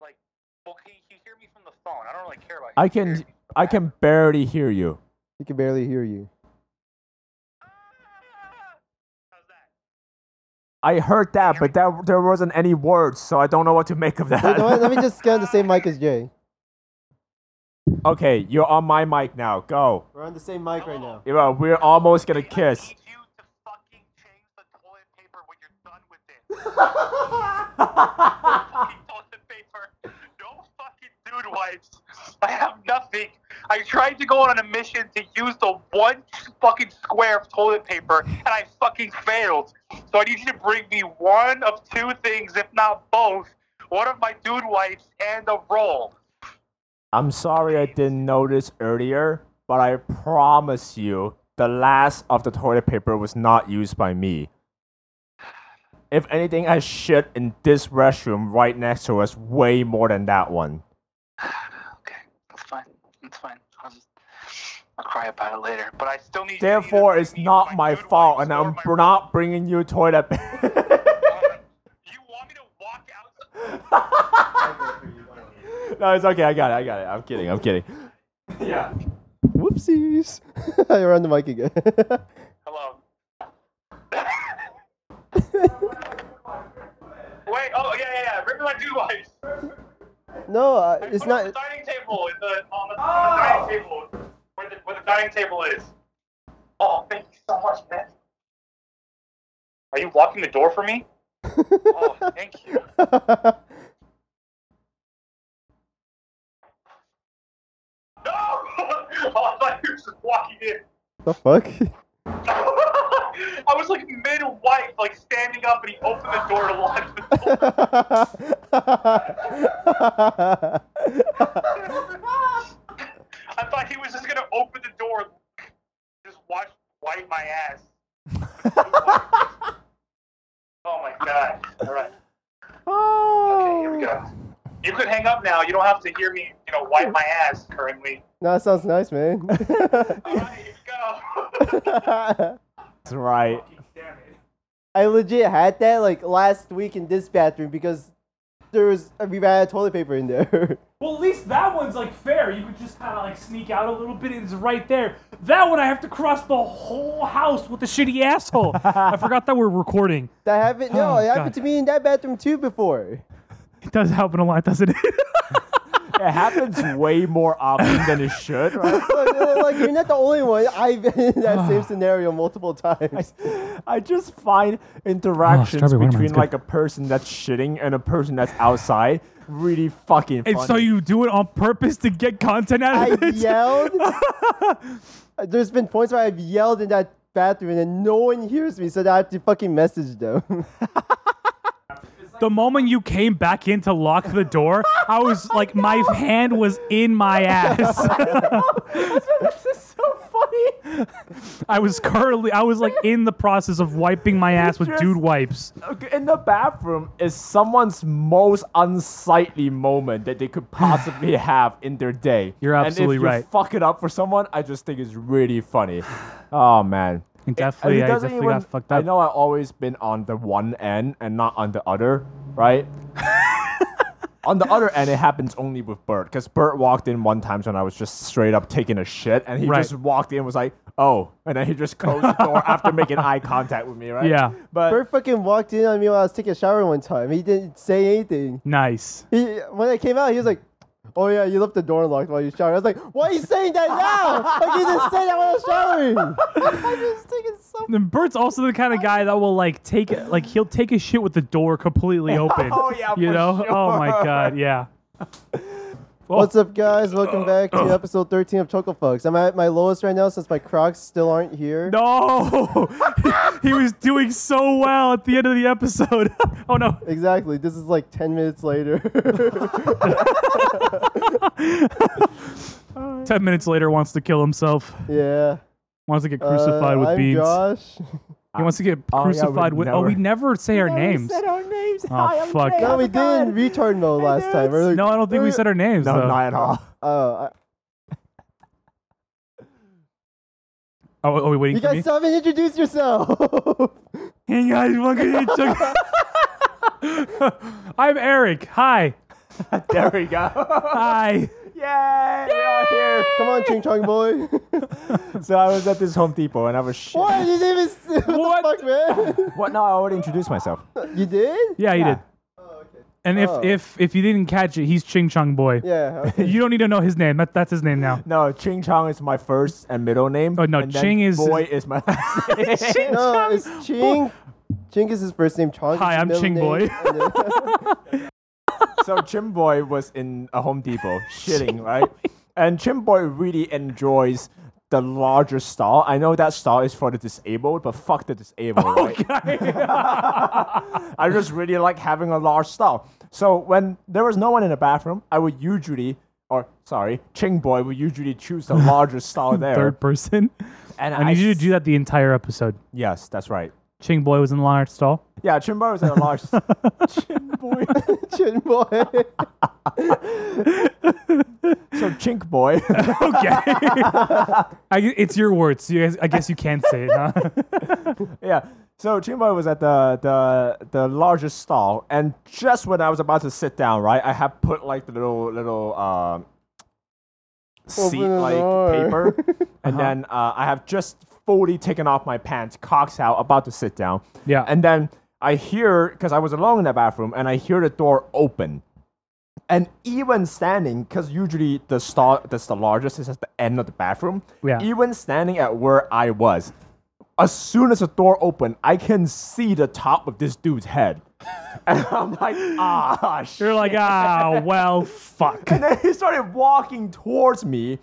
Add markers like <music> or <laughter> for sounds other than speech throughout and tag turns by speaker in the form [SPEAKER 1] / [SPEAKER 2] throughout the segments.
[SPEAKER 1] like, well, can you hear me from the phone? I don't really care about.
[SPEAKER 2] I can-
[SPEAKER 1] hearing me from
[SPEAKER 2] I
[SPEAKER 1] the
[SPEAKER 2] can barely hear you.
[SPEAKER 3] He can barely hear <laughs> you.
[SPEAKER 1] back. <laughs> How's that?
[SPEAKER 2] I heard that, but that there wasn't any words, so I don't know what to make of
[SPEAKER 3] Wait, no,
[SPEAKER 2] that.
[SPEAKER 3] wait,
[SPEAKER 2] <laughs>
[SPEAKER 3] let me just get on the same mic as Jay.
[SPEAKER 2] okay, you're on my mic now. Go.
[SPEAKER 3] We're on the same mic
[SPEAKER 1] right now.
[SPEAKER 2] Yeah, we're almost gonna kiss.
[SPEAKER 1] I need you to fucking change the toilet paper when you're done with it.
[SPEAKER 2] <laughs>
[SPEAKER 1] fucking toilet paper. No fucking dude wipes. I have nothing. I tried to go on a mission to use the one fucking square of toilet paper, and I fucking failed. So I need you to bring me one of two things, if not both. One of my dude wipes and a roll.
[SPEAKER 2] I'm sorry I didn't notice earlier, but I promise you, the last of the toilet paper was not used by me. If anything, I shit in this restroom right next to us way more than that one.
[SPEAKER 1] Okay, that's fine. That's fine. I'll just I'll cry about it later. But I still need. you to either
[SPEAKER 2] Therefore,
[SPEAKER 1] bring
[SPEAKER 2] it's
[SPEAKER 1] me
[SPEAKER 2] not my
[SPEAKER 1] dude
[SPEAKER 2] fault,
[SPEAKER 1] wipes
[SPEAKER 2] and
[SPEAKER 1] or
[SPEAKER 2] I'm
[SPEAKER 1] my
[SPEAKER 2] br- not bringing you toilet <laughs> paper.
[SPEAKER 1] You want me to walk out?
[SPEAKER 2] no, it's okay. I got it. I got it. I'm kidding. I'm kidding. Yeah.
[SPEAKER 3] <laughs> Whoopsies. <laughs> You're on the mic again. <laughs>
[SPEAKER 1] Hello. <laughs> Wait. Oh yeah, yeah, yeah. Bring me my dude wipes.
[SPEAKER 3] no, uh, it's
[SPEAKER 1] Put it On the
[SPEAKER 3] not. <laughs> Ah!
[SPEAKER 1] dining table in the on the, on the dining table where the, where the dining table is. Oh, thank you so much, man. Are you locking the door for
[SPEAKER 3] <laughs>
[SPEAKER 1] me? oh, thank you. No! <laughs> oh, I thought you were just walking in. <laughs>
[SPEAKER 3] the fuck? <laughs>
[SPEAKER 1] I was like mid wife, like standing up, and he opened the door to lock the door. <laughs> I thought he was just gonna open the door, and just watch wipe my ass. oh my god! All right, okay, here we
[SPEAKER 2] Oh.
[SPEAKER 1] go. You could hang up now. You don't have to hear me, you know, wipe my ass currently.
[SPEAKER 3] no, that sounds nice, man. <laughs>
[SPEAKER 1] All right, here we go.
[SPEAKER 2] That's right.
[SPEAKER 1] Damn it.
[SPEAKER 3] I legit had that like last week in this bathroom because there was we ran out of toilet paper in there. <laughs>
[SPEAKER 4] Well, at least that one's like fair. You could just kind of like sneak out a little bit, and it's right there. That one, I have to cross the whole house with the shitty asshole. I forgot that we're recording.
[SPEAKER 3] that happened. No,
[SPEAKER 4] Oh,
[SPEAKER 3] it happened
[SPEAKER 4] God.
[SPEAKER 3] to me in that bathroom too before.
[SPEAKER 4] It does happen a lot, doesn't it? <laughs>
[SPEAKER 2] It happens way more often than it should. Right? <laughs>
[SPEAKER 3] Look, look, look, you're not the only one. <laughs> I've been in that
[SPEAKER 4] <sighs>
[SPEAKER 3] same scenario multiple times.
[SPEAKER 2] I just find interactions
[SPEAKER 4] strawberry watermelon's
[SPEAKER 2] between
[SPEAKER 4] good.
[SPEAKER 2] like a person that's shitting and a person that's outside really fucking funny.
[SPEAKER 4] and
[SPEAKER 2] <laughs>
[SPEAKER 4] so you do it on purpose to get content
[SPEAKER 3] <laughs>
[SPEAKER 4] out <laughs>
[SPEAKER 3] I
[SPEAKER 4] of it.
[SPEAKER 3] yelled. There's been points where I've yelled in that bathroom and then no one hears me, so that I have to fucking message them. <laughs>
[SPEAKER 4] The moment you came back in to lock the door, I was like, my hand was in my ass. <laughs>
[SPEAKER 2] this is so funny.
[SPEAKER 4] I was currently, I was like in the process of wiping my ass with
[SPEAKER 2] just-
[SPEAKER 4] dude wipes.
[SPEAKER 2] Okay, In the bathroom is someone's most unsightly moment that they could
[SPEAKER 4] <sighs>
[SPEAKER 2] possibly have in their day.
[SPEAKER 4] You're absolutely
[SPEAKER 2] and if you
[SPEAKER 4] right.
[SPEAKER 2] Fuck it up for someone, I just think it's really funny. <sighs> Oh man.
[SPEAKER 4] And
[SPEAKER 2] It- and
[SPEAKER 4] definitely,
[SPEAKER 2] it
[SPEAKER 4] I
[SPEAKER 2] doesn't
[SPEAKER 4] definitely
[SPEAKER 2] even-
[SPEAKER 4] got fucked
[SPEAKER 2] I
[SPEAKER 4] up.
[SPEAKER 2] know I've always been on the one end and not on the other,
[SPEAKER 4] <laughs>
[SPEAKER 2] right? on the other end, it happens only with Bert because Bert walked in one time when I was just straight up taking a shit, and he
[SPEAKER 4] Right.
[SPEAKER 2] just walked in and was like, "Oh," and then he just closed the door after making eye contact with me, right?
[SPEAKER 4] Yeah.
[SPEAKER 2] but
[SPEAKER 3] Bert fucking walked in on me while I was taking a shower one time. He didn't say anything.
[SPEAKER 4] Nice.
[SPEAKER 3] He, when I came out, he was like, "Oh yeah, you left the door unlocked while you showered." I was like, "Why are you saying that now? like you didn't say that when I was showering." <laughs> I just think it's so.
[SPEAKER 4] And Bert's also the kind of guy that will like take like he'll take a shit with the door completely open.
[SPEAKER 2] <laughs> Oh, yeah,
[SPEAKER 4] you
[SPEAKER 2] for
[SPEAKER 4] know. Oh my
[SPEAKER 2] sure.
[SPEAKER 4] god, yeah.
[SPEAKER 3] What's
[SPEAKER 4] <laughs>
[SPEAKER 3] up, guys? Welcome back to episode 13 of Choco Folks. I'm at my lowest right now since my Crocs still aren't here.
[SPEAKER 4] No, <laughs> he, he was doing so well at the end of the episode. <laughs> oh no,
[SPEAKER 3] Exactly. This is like 10 minutes
[SPEAKER 4] <laughs>
[SPEAKER 3] later. <laughs>
[SPEAKER 4] ten minutes later wants to kill himself.
[SPEAKER 3] yeah.
[SPEAKER 4] Wants to get crucified
[SPEAKER 3] Uh,
[SPEAKER 4] with
[SPEAKER 3] I'm
[SPEAKER 4] beans.
[SPEAKER 3] Josh. <laughs>
[SPEAKER 4] He wants to get
[SPEAKER 2] Oh, yeah, we
[SPEAKER 4] crucified with. Oh, we
[SPEAKER 2] never-
[SPEAKER 4] never say our names.
[SPEAKER 2] our names.
[SPEAKER 4] Oh, Hi, I'm fuck. Jay.
[SPEAKER 3] No, we didn't retard mode last time. We're like,
[SPEAKER 4] No, I don't think we said our names.
[SPEAKER 2] No,
[SPEAKER 4] though.
[SPEAKER 2] not at all. <laughs>
[SPEAKER 3] Oh, I-
[SPEAKER 4] Oh, are we waiting
[SPEAKER 3] you
[SPEAKER 4] for me?
[SPEAKER 3] guys still haven't introduced yourself. <laughs>
[SPEAKER 2] <laughs>
[SPEAKER 4] <laughs> Hey guys, welcome to Chuck- I'm Eric. Hi.
[SPEAKER 2] there we go. <laughs>
[SPEAKER 4] Hi.
[SPEAKER 2] Yay! We are here.
[SPEAKER 3] Come on, Ching Chong boy. <laughs>
[SPEAKER 2] So I was at this Home Depot and I was shit.
[SPEAKER 3] what? You didn't even. s- <laughs> What,
[SPEAKER 4] <laughs> What?
[SPEAKER 3] the fuck,
[SPEAKER 2] What? No, I already introduced myself.
[SPEAKER 3] man? you did?
[SPEAKER 4] Yeah, he
[SPEAKER 2] Yeah.
[SPEAKER 4] did. And if,
[SPEAKER 3] Oh.
[SPEAKER 4] if if you didn't catch it, he's Ching Chong Boy.
[SPEAKER 3] Yeah.
[SPEAKER 4] <laughs>
[SPEAKER 3] Okay.
[SPEAKER 4] You don't need to know his name. That, that's his name now.
[SPEAKER 2] No, Ching Chong is my first and middle name.
[SPEAKER 4] Oh, no,
[SPEAKER 2] and then
[SPEAKER 4] Ching is-
[SPEAKER 2] boy is my
[SPEAKER 4] <laughs>
[SPEAKER 2] last name.
[SPEAKER 3] No, it's Ching. Ching is his first name. Chong. is
[SPEAKER 4] Hi,
[SPEAKER 3] his
[SPEAKER 4] I'm
[SPEAKER 3] middle
[SPEAKER 4] Ching
[SPEAKER 3] name, <laughs>
[SPEAKER 4] Boy.
[SPEAKER 3] and then-
[SPEAKER 2] so Chim Boy was in a Home
[SPEAKER 4] <laughs>
[SPEAKER 2] Depot shitting, right? And Chim Boy really enjoys the larger stall. I know that stall is for the disabled, but fuck the disabled,
[SPEAKER 4] <laughs>
[SPEAKER 2] right? <laughs> I just really like having a large stall. So when there was no one in the bathroom, I would usually, or sorry, Ching Boy would usually choose
[SPEAKER 4] <laughs>
[SPEAKER 2] the larger stall there.
[SPEAKER 4] Third person.
[SPEAKER 2] and
[SPEAKER 4] I need you to do that the entire episode.
[SPEAKER 2] Yes, that's right.
[SPEAKER 4] Ching Boy was in the large stall.
[SPEAKER 2] Yeah, Chim Boy was in a large. Chim Boy.
[SPEAKER 3] Ching
[SPEAKER 4] <laughs>
[SPEAKER 3] Boy.
[SPEAKER 2] So Chink Boy.
[SPEAKER 4] Okay. I, gu- it's your words. You guys, I guess you can't say it, huh? <laughs>
[SPEAKER 2] <laughs> Yeah. So Chimbo was at the, the the largest stall, and just when I was about to sit down, right, I had put like the little little um, seat
[SPEAKER 3] Open the
[SPEAKER 2] like
[SPEAKER 3] door. <laughs> Uh-huh.
[SPEAKER 2] paper, and then uh, I have just fully taken off my pants, cocks out, about to sit down.
[SPEAKER 4] Yeah.
[SPEAKER 2] And then I hear because I was alone in the bathroom, and I hear the door open. And even standing, because usually the stall that's the largest is at the end of the bathroom.
[SPEAKER 4] Yeah.
[SPEAKER 2] Even standing at where I was, as soon as the door opened, I can see the top of this dude's head. <laughs> And I'm like, ah, shit.
[SPEAKER 4] You're like, ah, well, fuck.
[SPEAKER 2] And then he started walking towards me,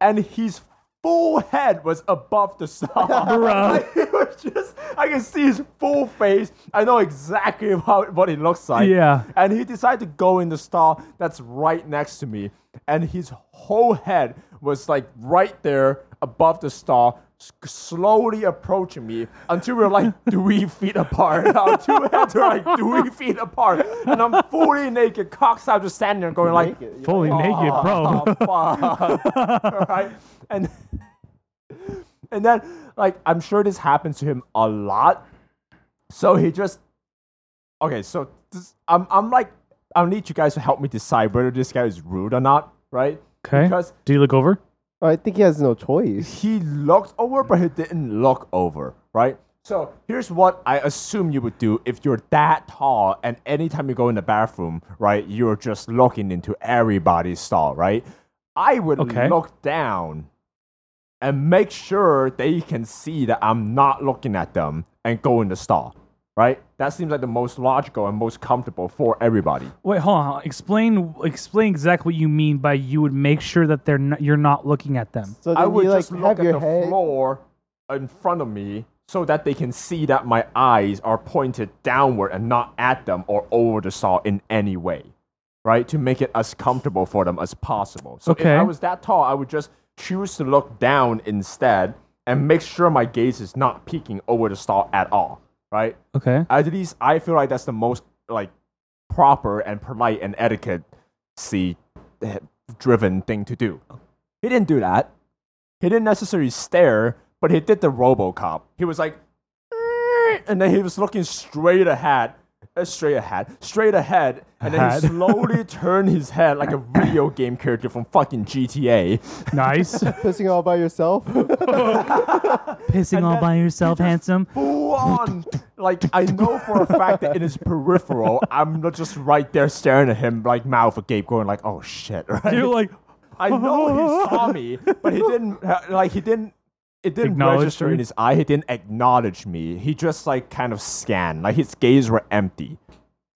[SPEAKER 2] and his full head was above the stall. <laughs>
[SPEAKER 4] <laughs> Bruh.
[SPEAKER 2] it was just, I can see his full face. I know exactly <laughs> how, what he looks like.
[SPEAKER 4] Yeah.
[SPEAKER 2] And he decided to go in the stall that's right next to me, and his whole head was like right there above the stall. s- Slowly approaching me until we were
[SPEAKER 4] <laughs>
[SPEAKER 2] like three feet apart. <laughs> Our two heads were like three feet apart, and I'm fully naked, cocks out, just standing there, going like,
[SPEAKER 3] Naked, yeah.
[SPEAKER 4] Fully naked, bro.
[SPEAKER 2] Oh, fuck. <laughs> right? And and then like I'm sure this happens to him a lot. So he just okay. So this, I'm I'm like I need you guys to help me decide whether this guy is rude or not, right?
[SPEAKER 4] Okay.
[SPEAKER 2] Because
[SPEAKER 4] Do you look over?
[SPEAKER 3] Oh, I think he has no choice.
[SPEAKER 2] he looked over, but he didn't look over, right? So here's what I assume you would do if you're that tall, and anytime you go in the bathroom, right, you're just looking into everybody's stall, right? I would
[SPEAKER 4] Okay.
[SPEAKER 2] look down and make sure they can see that I'm not looking at them and go in the stall, right? That seems like the most logical and most comfortable for everybody.
[SPEAKER 4] Wait, hold on. hold on. Explain, explain exactly what you mean by you would make sure that they're not, you're not looking at them.
[SPEAKER 3] So
[SPEAKER 2] I
[SPEAKER 3] then
[SPEAKER 2] would
[SPEAKER 3] you like
[SPEAKER 2] just
[SPEAKER 3] have
[SPEAKER 2] look at
[SPEAKER 3] your
[SPEAKER 2] the
[SPEAKER 3] head.
[SPEAKER 2] floor in front of me so that they can see that my eyes are pointed downward and not at them or over the saw in any way, right? To make it as comfortable for them as possible. So if
[SPEAKER 4] Okay.
[SPEAKER 2] I was that tall, I would just choose to look down instead and make sure my gaze is not peeking over the saw at all, right?
[SPEAKER 4] Okay.
[SPEAKER 2] At least I feel like that's the most like proper and polite and etiquette see driven thing to do. He didn't do that. He didn't necessarily stare, but he did the RoboCop. He was like, "Eh," and then he was looking straight ahead, uh, straight ahead, straight ahead, and then he
[SPEAKER 4] Ahead.
[SPEAKER 2] slowly turned his head like a video game character from fucking GTA.
[SPEAKER 4] Nice.
[SPEAKER 3] Pissing all by yourself.
[SPEAKER 4] <laughs>
[SPEAKER 3] <laughs>
[SPEAKER 4] Pissing all
[SPEAKER 2] then
[SPEAKER 4] by yourself, handsome.
[SPEAKER 2] full on. Like I know for a fact that in his peripheral, I'm not just right there staring at him like mouth agape, going like, "Oh shit!" <laughs> Right?
[SPEAKER 4] You're like,
[SPEAKER 2] I know he saw me, but he didn't. uh, Like he didn't. It didn't
[SPEAKER 4] Acknowledge
[SPEAKER 2] register
[SPEAKER 4] you?
[SPEAKER 2] in his eye. He didn't acknowledge me. He just like kind of scanned. Like his gaze were empty.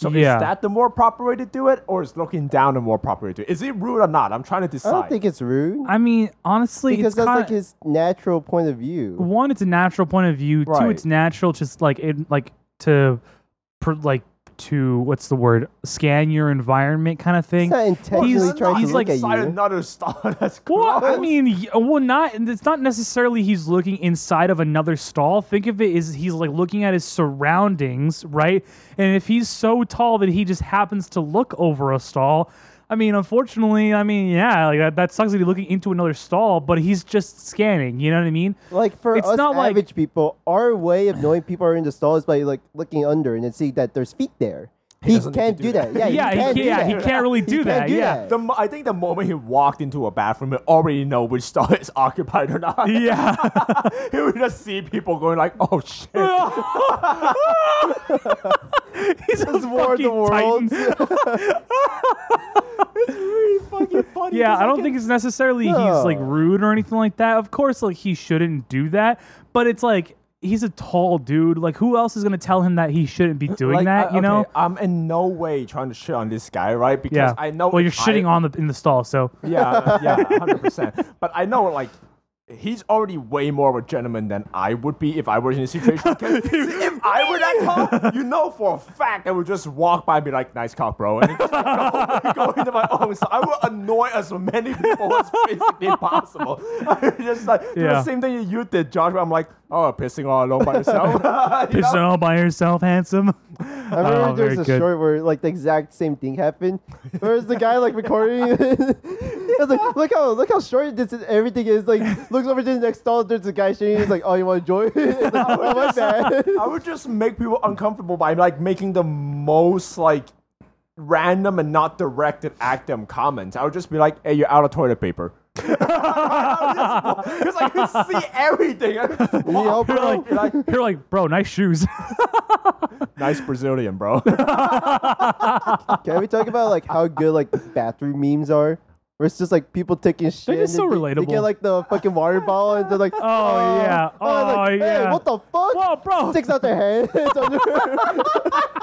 [SPEAKER 2] So
[SPEAKER 4] Yeah.
[SPEAKER 2] is that the more proper way to do it, or is looking down the more proper way to do it? Is it rude or not? I'm trying to
[SPEAKER 3] I
[SPEAKER 2] decide.
[SPEAKER 3] don't think it's rude
[SPEAKER 4] I mean, honestly,
[SPEAKER 3] because
[SPEAKER 4] it's
[SPEAKER 3] that's
[SPEAKER 4] kinda,
[SPEAKER 3] like his natural point of view.
[SPEAKER 4] one, it's a natural point of view. Two,
[SPEAKER 2] Right.
[SPEAKER 4] it's natural, just like it, like to, pr- like to what's the word? Scan your environment, kind of thing.
[SPEAKER 3] He's not intentionally
[SPEAKER 4] he's-
[SPEAKER 3] trying
[SPEAKER 4] he's
[SPEAKER 3] to
[SPEAKER 4] like
[SPEAKER 3] look
[SPEAKER 2] Inside
[SPEAKER 3] at you.
[SPEAKER 2] another star. <laughs> That's
[SPEAKER 4] Well, I
[SPEAKER 2] gross.
[SPEAKER 4] mean, y- uh, well, not. and It's not necessarily he's looking inside of another stall. Think of it as he's like looking at his surroundings, right? And if he's so tall that he just happens to look over a stall, I mean, unfortunately, I mean, yeah, like that, that sucks that he's looking into another stall, but he's just scanning. You know what I mean?
[SPEAKER 3] Like for
[SPEAKER 4] It's
[SPEAKER 3] us
[SPEAKER 4] not like-
[SPEAKER 3] average people, our way of knowing people are in the stall is by like looking under and then seeing that there's feet there. He,
[SPEAKER 2] doesn't need
[SPEAKER 3] can't
[SPEAKER 2] to
[SPEAKER 3] do
[SPEAKER 2] do
[SPEAKER 3] that. Yeah,
[SPEAKER 4] Yeah,
[SPEAKER 3] he
[SPEAKER 4] he
[SPEAKER 3] can't do
[SPEAKER 4] can't-
[SPEAKER 3] that.
[SPEAKER 4] he
[SPEAKER 3] <laughs>
[SPEAKER 4] can't really
[SPEAKER 3] He
[SPEAKER 4] do
[SPEAKER 3] can't
[SPEAKER 4] that, yeah.
[SPEAKER 2] The, mo- I think the moment he walked into a bathroom, we already know which stall is <laughs> occupied or not.
[SPEAKER 4] <laughs> Yeah.
[SPEAKER 2] <laughs>
[SPEAKER 3] <laughs>
[SPEAKER 2] he would just see people going like, "Oh shit!"
[SPEAKER 4] He's a
[SPEAKER 3] war the
[SPEAKER 4] fucking
[SPEAKER 3] world.
[SPEAKER 4] Titan.
[SPEAKER 2] <laughs>
[SPEAKER 4] Yeah, I don't think it's necessarily he's like
[SPEAKER 3] No.
[SPEAKER 4] rude or anything like that. Of course, like he shouldn't do that, but it's like he's a tall dude. Like who else is gonna tell him that he shouldn't be doing
[SPEAKER 2] Uh, Like,
[SPEAKER 4] that?
[SPEAKER 2] I-
[SPEAKER 4] you know?
[SPEAKER 2] okay, I'm in no way trying to shit on this guy, right? Because
[SPEAKER 4] Yeah.
[SPEAKER 2] I know.
[SPEAKER 4] Well, you're
[SPEAKER 2] if I-
[SPEAKER 4] shitting on the in the stall,
[SPEAKER 2] <laughs>
[SPEAKER 4] so
[SPEAKER 2] Yeah, yeah, hundred percent. But I know, like, he's already way more of a gentleman than I would be if I were in a situation. 'Cause see, if I were that cop, you know for a fact I would just walk by and be like, "Nice cop, bro," and just like, go, go into my own. So I would annoy as many people as basically possible. <laughs> I would just like do
[SPEAKER 4] Yeah.
[SPEAKER 2] the same thing you did, Josh. Where I'm like, "Oh, pissing all alone by yourself." <laughs> You
[SPEAKER 4] Pissing
[SPEAKER 2] know?
[SPEAKER 4] all by yourself, handsome. <laughs>
[SPEAKER 3] I remember
[SPEAKER 4] Oh,
[SPEAKER 3] there
[SPEAKER 4] very
[SPEAKER 3] was a
[SPEAKER 4] good.
[SPEAKER 3] short where like the exact same thing happened. Whereas the guy like recording, <laughs> it was like, look how look how short this is, everything is. Like looks over to the next stall, there's a guy shooting. He's like, oh, you want to join? <laughs> It's like, oh, my bad. <laughs>
[SPEAKER 2] I would just make people uncomfortable by like making the most like random and not directed at them comments. I would just be like, "Hey, you're out of toilet paper," <laughs> because I could see everything. I could just
[SPEAKER 3] You
[SPEAKER 2] walk
[SPEAKER 3] know,
[SPEAKER 2] through
[SPEAKER 3] bro?
[SPEAKER 2] and be like,
[SPEAKER 4] You're like, bro,
[SPEAKER 2] <laughs>
[SPEAKER 4] nice shoes.
[SPEAKER 2] nice Brazilian, <laughs> bro.
[SPEAKER 3] Can we talk about like how good like bathroom memes are? Where it's just like people taking shit.
[SPEAKER 4] They're just
[SPEAKER 3] and
[SPEAKER 4] so
[SPEAKER 3] they, They get
[SPEAKER 4] relatable.
[SPEAKER 3] like the fucking water bottle and they're
[SPEAKER 4] <laughs>
[SPEAKER 3] like, oh,
[SPEAKER 4] yeah.
[SPEAKER 3] and, like,
[SPEAKER 4] Oh,
[SPEAKER 3] hey,
[SPEAKER 4] yeah.
[SPEAKER 3] what the fuck?
[SPEAKER 4] Whoa, bro.
[SPEAKER 3] Sticks out their hand. <laughs> It's under-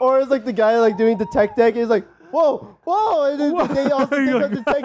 [SPEAKER 3] or it's like the guy like doing the tech deck. He's like, whoa, whoa, and then they
[SPEAKER 4] <laughs>
[SPEAKER 3] also
[SPEAKER 4] You're
[SPEAKER 3] take out the tech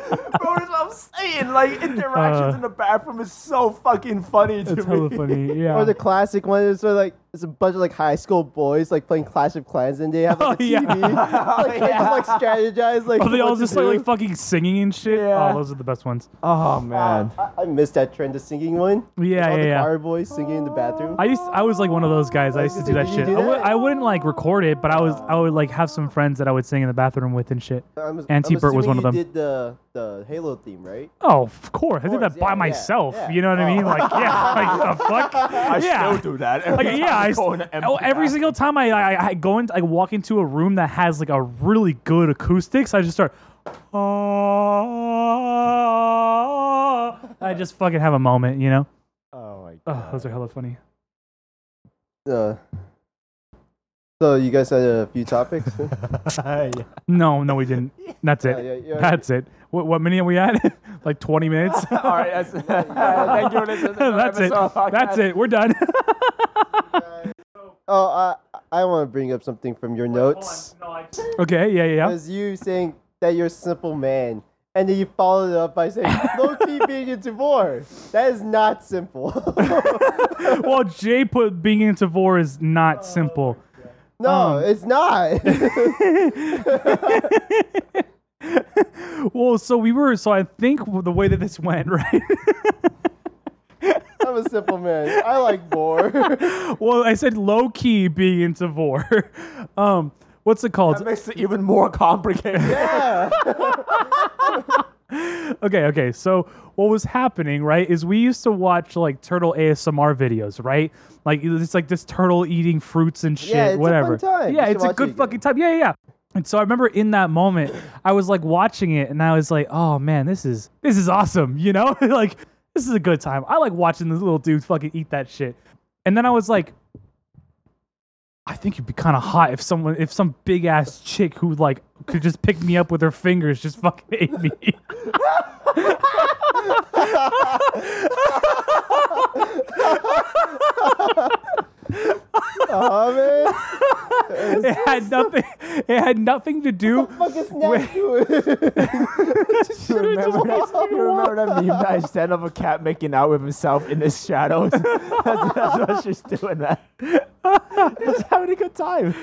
[SPEAKER 4] <laughs>
[SPEAKER 3] deck.
[SPEAKER 2] bro, that's what I'm saying. Like interactions
[SPEAKER 4] Uh,
[SPEAKER 2] in the bathroom is so fucking funny to
[SPEAKER 4] That's
[SPEAKER 2] me. <laughs>
[SPEAKER 4] hella funny. Yeah.
[SPEAKER 3] Or
[SPEAKER 4] <laughs>
[SPEAKER 3] the classic one is where like it's a bunch of like high school boys like playing Clash of Clans and they have like a
[SPEAKER 4] Oh, yeah. <laughs>
[SPEAKER 3] TV. like, they just like strategize like.
[SPEAKER 4] Oh, they all
[SPEAKER 3] what to
[SPEAKER 4] just like,
[SPEAKER 3] do.
[SPEAKER 4] like fucking singing and shit.
[SPEAKER 2] Yeah.
[SPEAKER 4] Oh, those are the best ones.
[SPEAKER 2] Oh
[SPEAKER 3] Uh,
[SPEAKER 2] man.
[SPEAKER 3] I, I missed that trend of singing one.
[SPEAKER 4] Yeah,
[SPEAKER 3] all
[SPEAKER 4] yeah,
[SPEAKER 3] the
[SPEAKER 4] yeah.
[SPEAKER 3] choir boys singing in the bathroom.
[SPEAKER 4] I used I was like one of those guys. I used to do that
[SPEAKER 3] Did you
[SPEAKER 4] shit.
[SPEAKER 3] do
[SPEAKER 4] I w-
[SPEAKER 3] that?
[SPEAKER 4] I wouldn't like record it, but I was I would like have some friends that I would sing in the bathroom with and shit.
[SPEAKER 3] I'm, I'm
[SPEAKER 4] Auntie Bert was
[SPEAKER 3] assuming
[SPEAKER 4] one of
[SPEAKER 3] you
[SPEAKER 4] them.
[SPEAKER 3] Did the the Halo theme right?
[SPEAKER 4] Oh, of course. I did
[SPEAKER 3] course,
[SPEAKER 4] that by
[SPEAKER 3] yeah, yeah,
[SPEAKER 4] myself.
[SPEAKER 3] yeah.
[SPEAKER 4] You know what I mean? Like,
[SPEAKER 2] <laughs>
[SPEAKER 4] yeah, like the fuck.
[SPEAKER 2] I
[SPEAKER 4] yeah.
[SPEAKER 2] still do that. Every
[SPEAKER 4] Like,
[SPEAKER 2] time
[SPEAKER 4] yeah,
[SPEAKER 2] I
[SPEAKER 4] I,
[SPEAKER 2] go in an empty
[SPEAKER 4] oh, every
[SPEAKER 2] bathroom.
[SPEAKER 4] single time I, I I go in, I walk into a room that has like a really good acoustics. I just start. "Ah." I just fucking have a moment, you know.
[SPEAKER 2] Oh my god.
[SPEAKER 4] Oh, those are hella funny.
[SPEAKER 3] Uh, so you guys had a few topics. Uh,
[SPEAKER 2] Yeah.
[SPEAKER 4] No, no,
[SPEAKER 2] <laughs>
[SPEAKER 4] we didn't. That's it.
[SPEAKER 3] yeah, yeah.
[SPEAKER 4] That's it. What, what minute are we at? <laughs> like
[SPEAKER 2] <laughs>
[SPEAKER 4] 20 minutes?
[SPEAKER 2] All right, that's, thank you. for listening to another
[SPEAKER 4] <laughs> That's it.
[SPEAKER 2] episode of Podcast.
[SPEAKER 4] That's it. We're done. <laughs>
[SPEAKER 3] oh, I I want to bring up something from your notes.
[SPEAKER 4] okay, yeah, yeah, yeah.
[SPEAKER 3] Was you saying that you're a simple man, and then you followed it up by
[SPEAKER 4] <laughs>
[SPEAKER 3] saying low key being into more. That is not simple. <laughs>
[SPEAKER 4] Well, Jay put being into four is not simple.
[SPEAKER 3] no,
[SPEAKER 4] Um.
[SPEAKER 3] it's not. <laughs>
[SPEAKER 4] Well, so we were, so I think the way that this <laughs> went, right?
[SPEAKER 3] I'm a simple man. I like
[SPEAKER 4] <laughs>
[SPEAKER 3] more.
[SPEAKER 4] well, I said low key being into four. <laughs> um, what's it called?
[SPEAKER 2] That makes it even more complicated.
[SPEAKER 3] yeah.
[SPEAKER 4] <laughs> okay, okay. So what was happening, right, is we used to watch like turtle ASMR videos, right? Like it's like this turtle eating fruits and shit,
[SPEAKER 3] it's a fun
[SPEAKER 4] whatever.
[SPEAKER 3] time. You
[SPEAKER 4] Yeah,
[SPEAKER 3] should
[SPEAKER 4] it's a
[SPEAKER 3] watch it
[SPEAKER 4] good
[SPEAKER 3] again.
[SPEAKER 4] fucking time. Yeah, yeah, yeah. And so I remember in that moment, I was like watching it and I was like, "Oh man, this is this is awesome," <laughs> you know? like this is a good time. I like watching this little dude fucking eat that shit. And then I was like, I think it'd be kind of hot if someone, if some big ass chick who like could just pick me up with her fingers just fucking <laughs> ate me.
[SPEAKER 3] Oh man.
[SPEAKER 4] it had nothing. It had nothing to do.
[SPEAKER 3] fuck is Nat doing?
[SPEAKER 2] You remember, that, you remember that meme that I sent of a cat making out with himself in his shadows? <laughs> that's, that's what she's doing, man. <laughs> She's having a good time.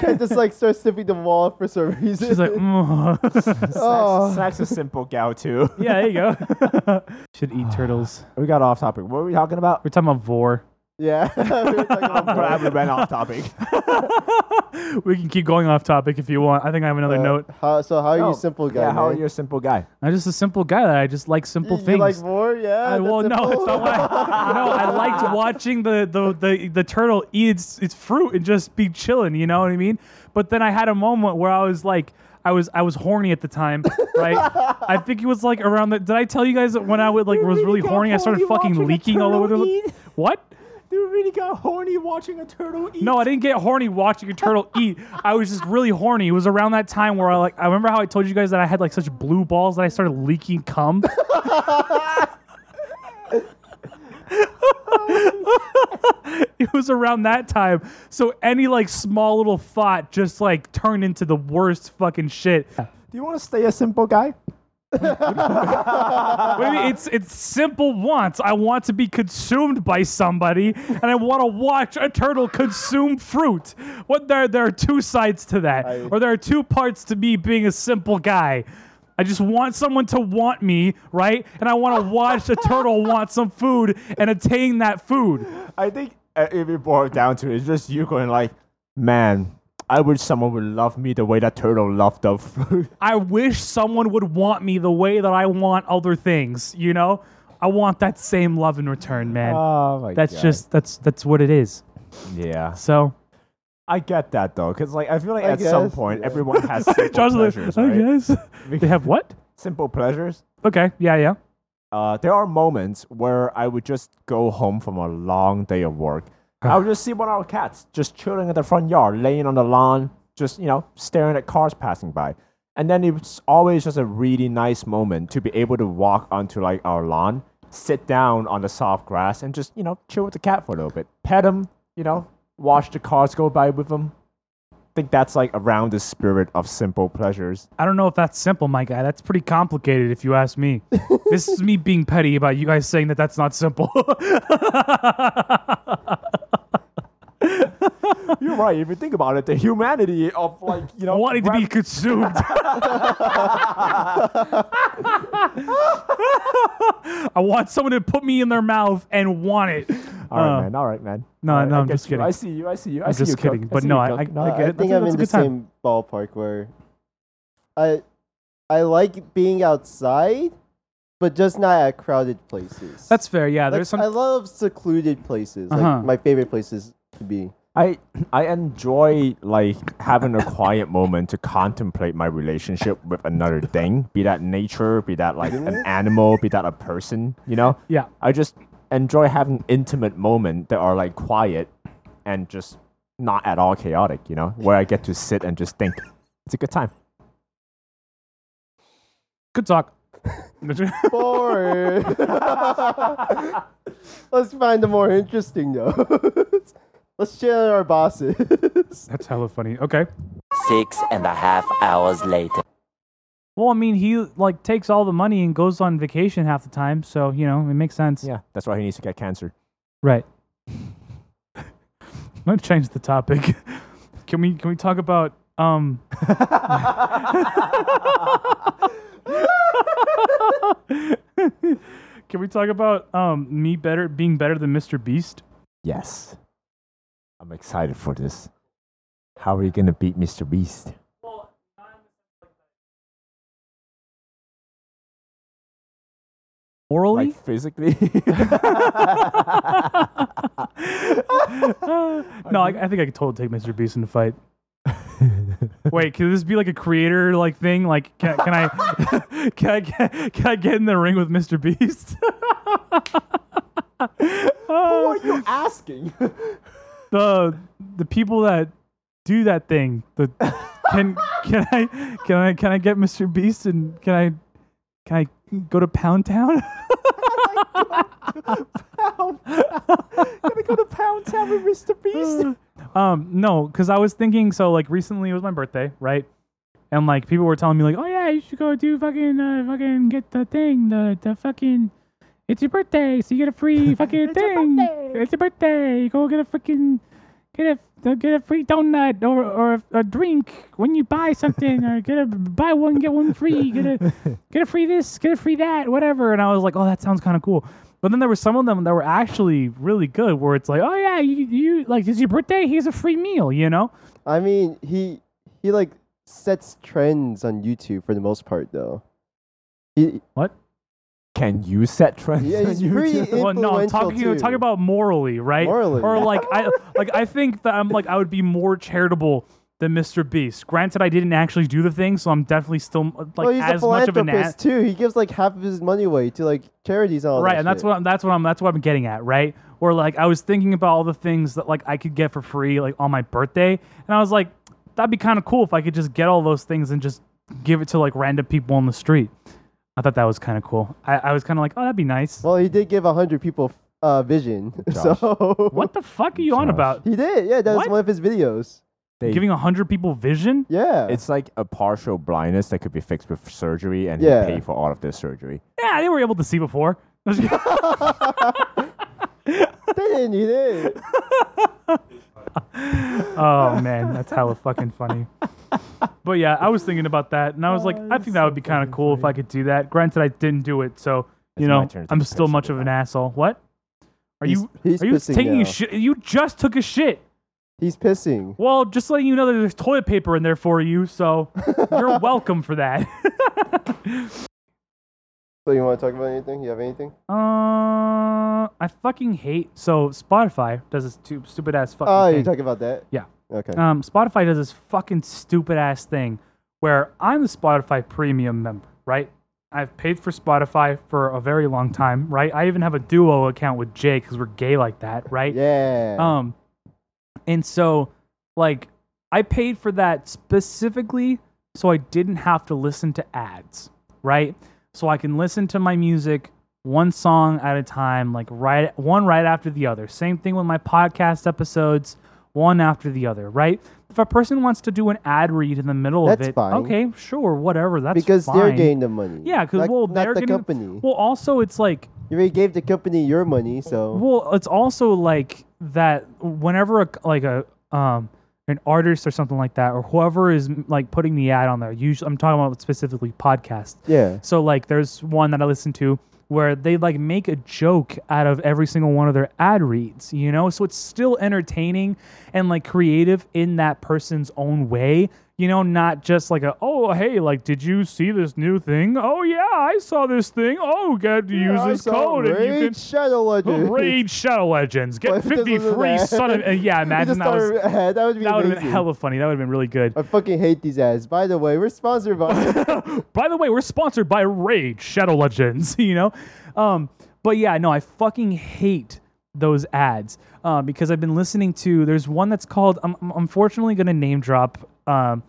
[SPEAKER 3] Can't <laughs> just like start sniffing the wall for some reason.
[SPEAKER 4] She's like, <laughs> mm.
[SPEAKER 3] oh,
[SPEAKER 2] Snack's a simple gal, too.
[SPEAKER 3] <laughs>
[SPEAKER 4] yeah, there you go. Should eat turtles. <sighs>
[SPEAKER 2] We got off topic. What were we talking about? <laughs>
[SPEAKER 4] We're talking about vor.
[SPEAKER 3] Yeah. <laughs> We were talking
[SPEAKER 4] <laughs>
[SPEAKER 3] about
[SPEAKER 2] I'm glad we
[SPEAKER 3] Borat.
[SPEAKER 2] ran off <laughs> topic.
[SPEAKER 4] we can keep going off topic if you want. I think I have another
[SPEAKER 3] Uh,
[SPEAKER 4] note.
[SPEAKER 3] How, so how are
[SPEAKER 2] Oh,
[SPEAKER 3] you simple guy?
[SPEAKER 2] Yeah, how are
[SPEAKER 3] man?
[SPEAKER 2] you a simple guy?
[SPEAKER 4] I'm just a simple guy that I just like simple
[SPEAKER 3] You-
[SPEAKER 4] things.
[SPEAKER 3] You like more? Yeah.
[SPEAKER 4] I,
[SPEAKER 3] that's
[SPEAKER 4] well, no,
[SPEAKER 3] simple?
[SPEAKER 4] it's not what I, no. I liked watching the, the the the turtle eat its, its fruit and just be chilling. You know what I mean? But then I had a moment where I was like, I was I was horny at the time, right? I think it was like around the. Did I tell you guys that when I would like was really
[SPEAKER 2] got
[SPEAKER 4] horny, I started
[SPEAKER 2] horny
[SPEAKER 4] fucking
[SPEAKER 2] watching a
[SPEAKER 4] leaking all over the.
[SPEAKER 2] turtle eat.
[SPEAKER 4] What?
[SPEAKER 2] You really got horny watching a turtle eat.
[SPEAKER 4] No, I didn't get horny watching a turtle eat. I was just really horny. It was around that time where I like I remember how I told you guys that I had like such blue balls that I started leaking cum. it was around that time. So any like small little thought just like turned into the worst fucking shit.
[SPEAKER 2] Do you want to stay a simple guy?
[SPEAKER 4] What do you mean? It's it's simple wants. I want to be consumed by somebody, and I want to watch a turtle consume fruit. What there there are two sides to that,
[SPEAKER 3] I-
[SPEAKER 4] or there are two parts to me being a simple guy. I just want someone to want me, right? And I want to watch a turtle want some food and attain that food.
[SPEAKER 2] I think uh, if you boil it down to it, it's just you going like, man, I wish someone would love me the way that turtle loved the <laughs> fruit.
[SPEAKER 4] I wish someone would want me the way that I want other things. You know, I want that same love in return, <laughs> man.
[SPEAKER 2] oh my
[SPEAKER 4] that's just that's that's what it is.
[SPEAKER 2] yeah.
[SPEAKER 4] So.
[SPEAKER 2] I get that though, because like I feel like
[SPEAKER 3] I
[SPEAKER 2] at some
[SPEAKER 3] guess,
[SPEAKER 2] point
[SPEAKER 3] yeah.
[SPEAKER 2] everyone has simple
[SPEAKER 4] John's like,
[SPEAKER 2] pleasures,
[SPEAKER 4] I
[SPEAKER 2] right? <laughs>
[SPEAKER 4] guess. They have what?
[SPEAKER 2] Simple pleasures.
[SPEAKER 4] Okay, yeah, yeah.
[SPEAKER 2] uh, there are moments where I would just go home from a long day of work. I would just see one of our cats just chilling in the front yard, laying on the lawn, just you know, staring at cars passing by. And then it's always just a really nice moment to be able to walk onto like our lawn, sit down on the soft grass, and just you know, chill with the cat for a little bit, pet him, you know, watch the cars go by with him. I think that's like around the spirit of simple pleasures.
[SPEAKER 4] I don't know if that's simple, my guy. That's pretty complicated, if you
[SPEAKER 2] <laughs>
[SPEAKER 4] ask me. this is me being petty about you guys saying that that's not simple. <laughs>
[SPEAKER 2] You're right. If you think about it, the humanity of like you know
[SPEAKER 4] <laughs> Wanting to
[SPEAKER 2] rep-
[SPEAKER 4] be consumed. <laughs> I want someone to put me in their mouth and want it.
[SPEAKER 2] All right,
[SPEAKER 4] Uh,
[SPEAKER 2] man. All right, man.
[SPEAKER 4] no,
[SPEAKER 2] All right,
[SPEAKER 4] no,
[SPEAKER 2] I
[SPEAKER 4] I'm
[SPEAKER 2] get
[SPEAKER 4] just
[SPEAKER 2] you.
[SPEAKER 4] kidding.
[SPEAKER 2] I see you. I see you. I
[SPEAKER 4] I'm
[SPEAKER 2] see
[SPEAKER 4] just
[SPEAKER 2] you, Cook.
[SPEAKER 4] kidding,
[SPEAKER 2] I
[SPEAKER 4] but
[SPEAKER 2] see
[SPEAKER 4] no,
[SPEAKER 2] you,
[SPEAKER 4] I-
[SPEAKER 2] Cook.
[SPEAKER 4] I-
[SPEAKER 2] No,
[SPEAKER 4] I get
[SPEAKER 3] I
[SPEAKER 4] it.
[SPEAKER 3] think
[SPEAKER 4] That's-
[SPEAKER 3] I'm
[SPEAKER 4] that's
[SPEAKER 3] in
[SPEAKER 4] a
[SPEAKER 3] the
[SPEAKER 4] good time.
[SPEAKER 3] same ballpark where I I like being outside, but just not at crowded places.
[SPEAKER 4] That's fair. Yeah,
[SPEAKER 3] like,
[SPEAKER 4] there's some.
[SPEAKER 3] I love secluded places.
[SPEAKER 4] Uh-huh.
[SPEAKER 3] Like my favorite places to be.
[SPEAKER 2] I I enjoy like having a quiet moment to contemplate my relationship with another thing, be that nature, be that like an animal, be that a person. You know,
[SPEAKER 4] yeah.
[SPEAKER 2] I just enjoy having intimate moment that are like quiet and just not at all chaotic. You know, where I get to sit and just think. It's a good time.
[SPEAKER 4] Good
[SPEAKER 2] <laughs>
[SPEAKER 4] talk.
[SPEAKER 3] Bored. <laughs> Let's find the more interesting notes. Let's chill at our bosses.
[SPEAKER 4] that's hella funny. Okay.
[SPEAKER 5] Six and a half hours later.
[SPEAKER 4] Well, I mean, he like takes all the money and goes on vacation half the time, so you know it makes sense.
[SPEAKER 2] Yeah, that's why he needs to get cancer. <laughs>
[SPEAKER 4] Right. I'm gonna change the topic. <laughs> Can we can we talk about um <laughs> Can we talk about um me better being better than Mr. Beast?
[SPEAKER 2] Yes. I'm excited for this. How are you going to beat Mr. Beast?
[SPEAKER 4] Orally?
[SPEAKER 2] Like physically? <laughs>
[SPEAKER 4] <laughs> no, I, I think I could totally take Mr. Beast in a fight. Wait, can this be like a creator like thing? Like, can, can I can I get, can I get in the ring with Mr. Beast?
[SPEAKER 2] Who are you asking?
[SPEAKER 4] the the people that do that thing. The can can I can I can I get Mr. Beast and can I can I go to Pound Town? <laughs>
[SPEAKER 2] Gonna go to Pound Town with Mr. Beast?
[SPEAKER 4] <laughs> um, no, because I was thinking. So like recently, it was my birthday, right? And like people were telling me like, oh yeah, you should go do fucking uh, fucking get the thing, the the fucking. It's your birthday, so you get a free <laughs> fucking thing. it's your birthday. You go get a freaking get a uh, get a free donut or or a, a drink when you buy something, or get a
[SPEAKER 3] <laughs>
[SPEAKER 4] buy one get one free. Get a get a free this, get a free that, whatever. And I was like, oh, that sounds kind of cool. But then there were some of them that were actually really good, where it's like, oh yeah, you, you like it's your birthday, here's a free meal, you know.
[SPEAKER 3] I mean, he he like sets trends on YouTube for the most part, though. He,
[SPEAKER 4] What?
[SPEAKER 2] Can you set trends?
[SPEAKER 3] yeah, he's
[SPEAKER 2] on
[SPEAKER 3] pretty
[SPEAKER 2] YouTube?
[SPEAKER 3] influential
[SPEAKER 4] Well, no, I'm talking
[SPEAKER 3] too.
[SPEAKER 4] talking about morally, right?
[SPEAKER 3] Morally.
[SPEAKER 4] or like I like I think that I'm like I would be more charitable than Mr. Beast. Granted, I didn't actually do the thing, so I'm definitely still like
[SPEAKER 3] well, he's
[SPEAKER 4] as
[SPEAKER 3] a
[SPEAKER 4] much of an
[SPEAKER 3] philanthropist
[SPEAKER 4] ass.
[SPEAKER 3] too. He gives like half of his money away to like charities and all
[SPEAKER 4] right
[SPEAKER 3] that
[SPEAKER 4] and that's
[SPEAKER 3] shit.
[SPEAKER 4] what I'm, that's what I'm that's what I'm getting at right or like I was thinking about all the things that like I could get for free like on my birthday and I was like that'd be kind of cool if I could just get all those things and just give it to like random people on the street I thought that was kind of cool I, I was kind of like oh that'd be nice
[SPEAKER 3] Well, he did give hundred people uh, vision. <laughs>
[SPEAKER 2] Josh.
[SPEAKER 3] So
[SPEAKER 4] what the fuck are you on
[SPEAKER 2] Josh.
[SPEAKER 4] about
[SPEAKER 3] he did. Yeah, that was
[SPEAKER 4] What?
[SPEAKER 3] one of his videos.
[SPEAKER 2] They-
[SPEAKER 4] giving 100 people vision
[SPEAKER 3] Yeah, <laughs>
[SPEAKER 2] it's like a partial blindness that could be fixed with surgery, and
[SPEAKER 3] Yeah.
[SPEAKER 2] you pay for all of this surgery.
[SPEAKER 4] yeah they were able to see before <laughs>
[SPEAKER 3] they didn't need it.
[SPEAKER 4] Oh man, that's hella fucking funny. But yeah, I was thinking about that, and I was like, I think that would be kind of cool if I could do that. Granted, I didn't do it, so you
[SPEAKER 2] It's
[SPEAKER 4] know,
[SPEAKER 2] my turn to
[SPEAKER 4] I'm
[SPEAKER 2] take a
[SPEAKER 4] still
[SPEAKER 2] piss
[SPEAKER 4] much of
[SPEAKER 2] right
[SPEAKER 4] an
[SPEAKER 2] now.
[SPEAKER 4] asshole. What? Are
[SPEAKER 3] He's-
[SPEAKER 4] you
[SPEAKER 3] he's
[SPEAKER 4] are you
[SPEAKER 3] pissing
[SPEAKER 4] taking
[SPEAKER 3] now.
[SPEAKER 4] a shit? You just took a shit.
[SPEAKER 3] He's pissing.
[SPEAKER 4] Well, just letting you know that there's toilet paper in there for
[SPEAKER 3] <laughs>
[SPEAKER 4] you, so you're welcome for that. <laughs>
[SPEAKER 3] So you want to talk about anything? You have anything?
[SPEAKER 4] uh, I fucking hate. So Spotify does this too stupid ass fucking
[SPEAKER 3] Oh,
[SPEAKER 4] thing.
[SPEAKER 3] you're talking about that?
[SPEAKER 4] Yeah.
[SPEAKER 3] Okay.
[SPEAKER 4] um, Spotify does this fucking stupid ass thing where I'm the Spotify premium member, right? I've paid for Spotify for a very long time, right? I even have a duo account with Jay because we're gay like that, right?
[SPEAKER 3] yeah.
[SPEAKER 4] Um, and so, like, I paid for that specifically so I didn't have to listen to ads, right? So I can listen to my music one song at a time, like right one right after the other. Same thing with my podcast episodes, one after the other, right? If a person wants to do an ad read in the middle of
[SPEAKER 3] That's
[SPEAKER 4] it,
[SPEAKER 3] fine.
[SPEAKER 4] okay, sure, whatever. That's
[SPEAKER 3] because they're
[SPEAKER 4] fine.
[SPEAKER 3] getting the money.
[SPEAKER 4] Yeah, because
[SPEAKER 3] Not-
[SPEAKER 4] well,
[SPEAKER 3] not
[SPEAKER 4] they're
[SPEAKER 3] the
[SPEAKER 4] getting,
[SPEAKER 3] company.
[SPEAKER 4] Well, also it's like
[SPEAKER 3] You already gave the company your money, so
[SPEAKER 4] well, it's also like that whenever a, like a um an artist or something like that or whoever is m- like putting the ad on there. Usually I'm talking about specifically podcasts.
[SPEAKER 3] yeah.
[SPEAKER 4] So like there's one that I listen to where they like make a joke out of every single one of their ad reads, you know? So it's still entertaining and like creative in that person's own way. You know, not just like a oh hey, like did you see this new thing? Oh yeah, I saw this thing. Oh, get to use
[SPEAKER 3] I
[SPEAKER 4] this
[SPEAKER 3] saw
[SPEAKER 4] code and you
[SPEAKER 3] Raid
[SPEAKER 4] can
[SPEAKER 3] Shadow <laughs> Legends.
[SPEAKER 4] Raid Shadow Legends.
[SPEAKER 3] What
[SPEAKER 4] Get <laughs>
[SPEAKER 3] if this was an
[SPEAKER 4] 53
[SPEAKER 3] ad?
[SPEAKER 4] son of.
[SPEAKER 3] <laughs>
[SPEAKER 4] uh, yeah,
[SPEAKER 3] You just
[SPEAKER 4] imagine that was.
[SPEAKER 3] started <laughs> an ad. That would be
[SPEAKER 4] That would have been
[SPEAKER 3] amazing.
[SPEAKER 4] hella funny. That would have been really good.
[SPEAKER 3] I fucking hate these ads. By the way, we're sponsored
[SPEAKER 4] <laughs>
[SPEAKER 3] by.
[SPEAKER 4] By the way, we're sponsored by Raid Shadow Legends, <laughs> you know? Um, but yeah, no, I fucking hate those ads uh, because I've been listening to, there's one that's called, I'm, I'm unfortunately going to name drop um,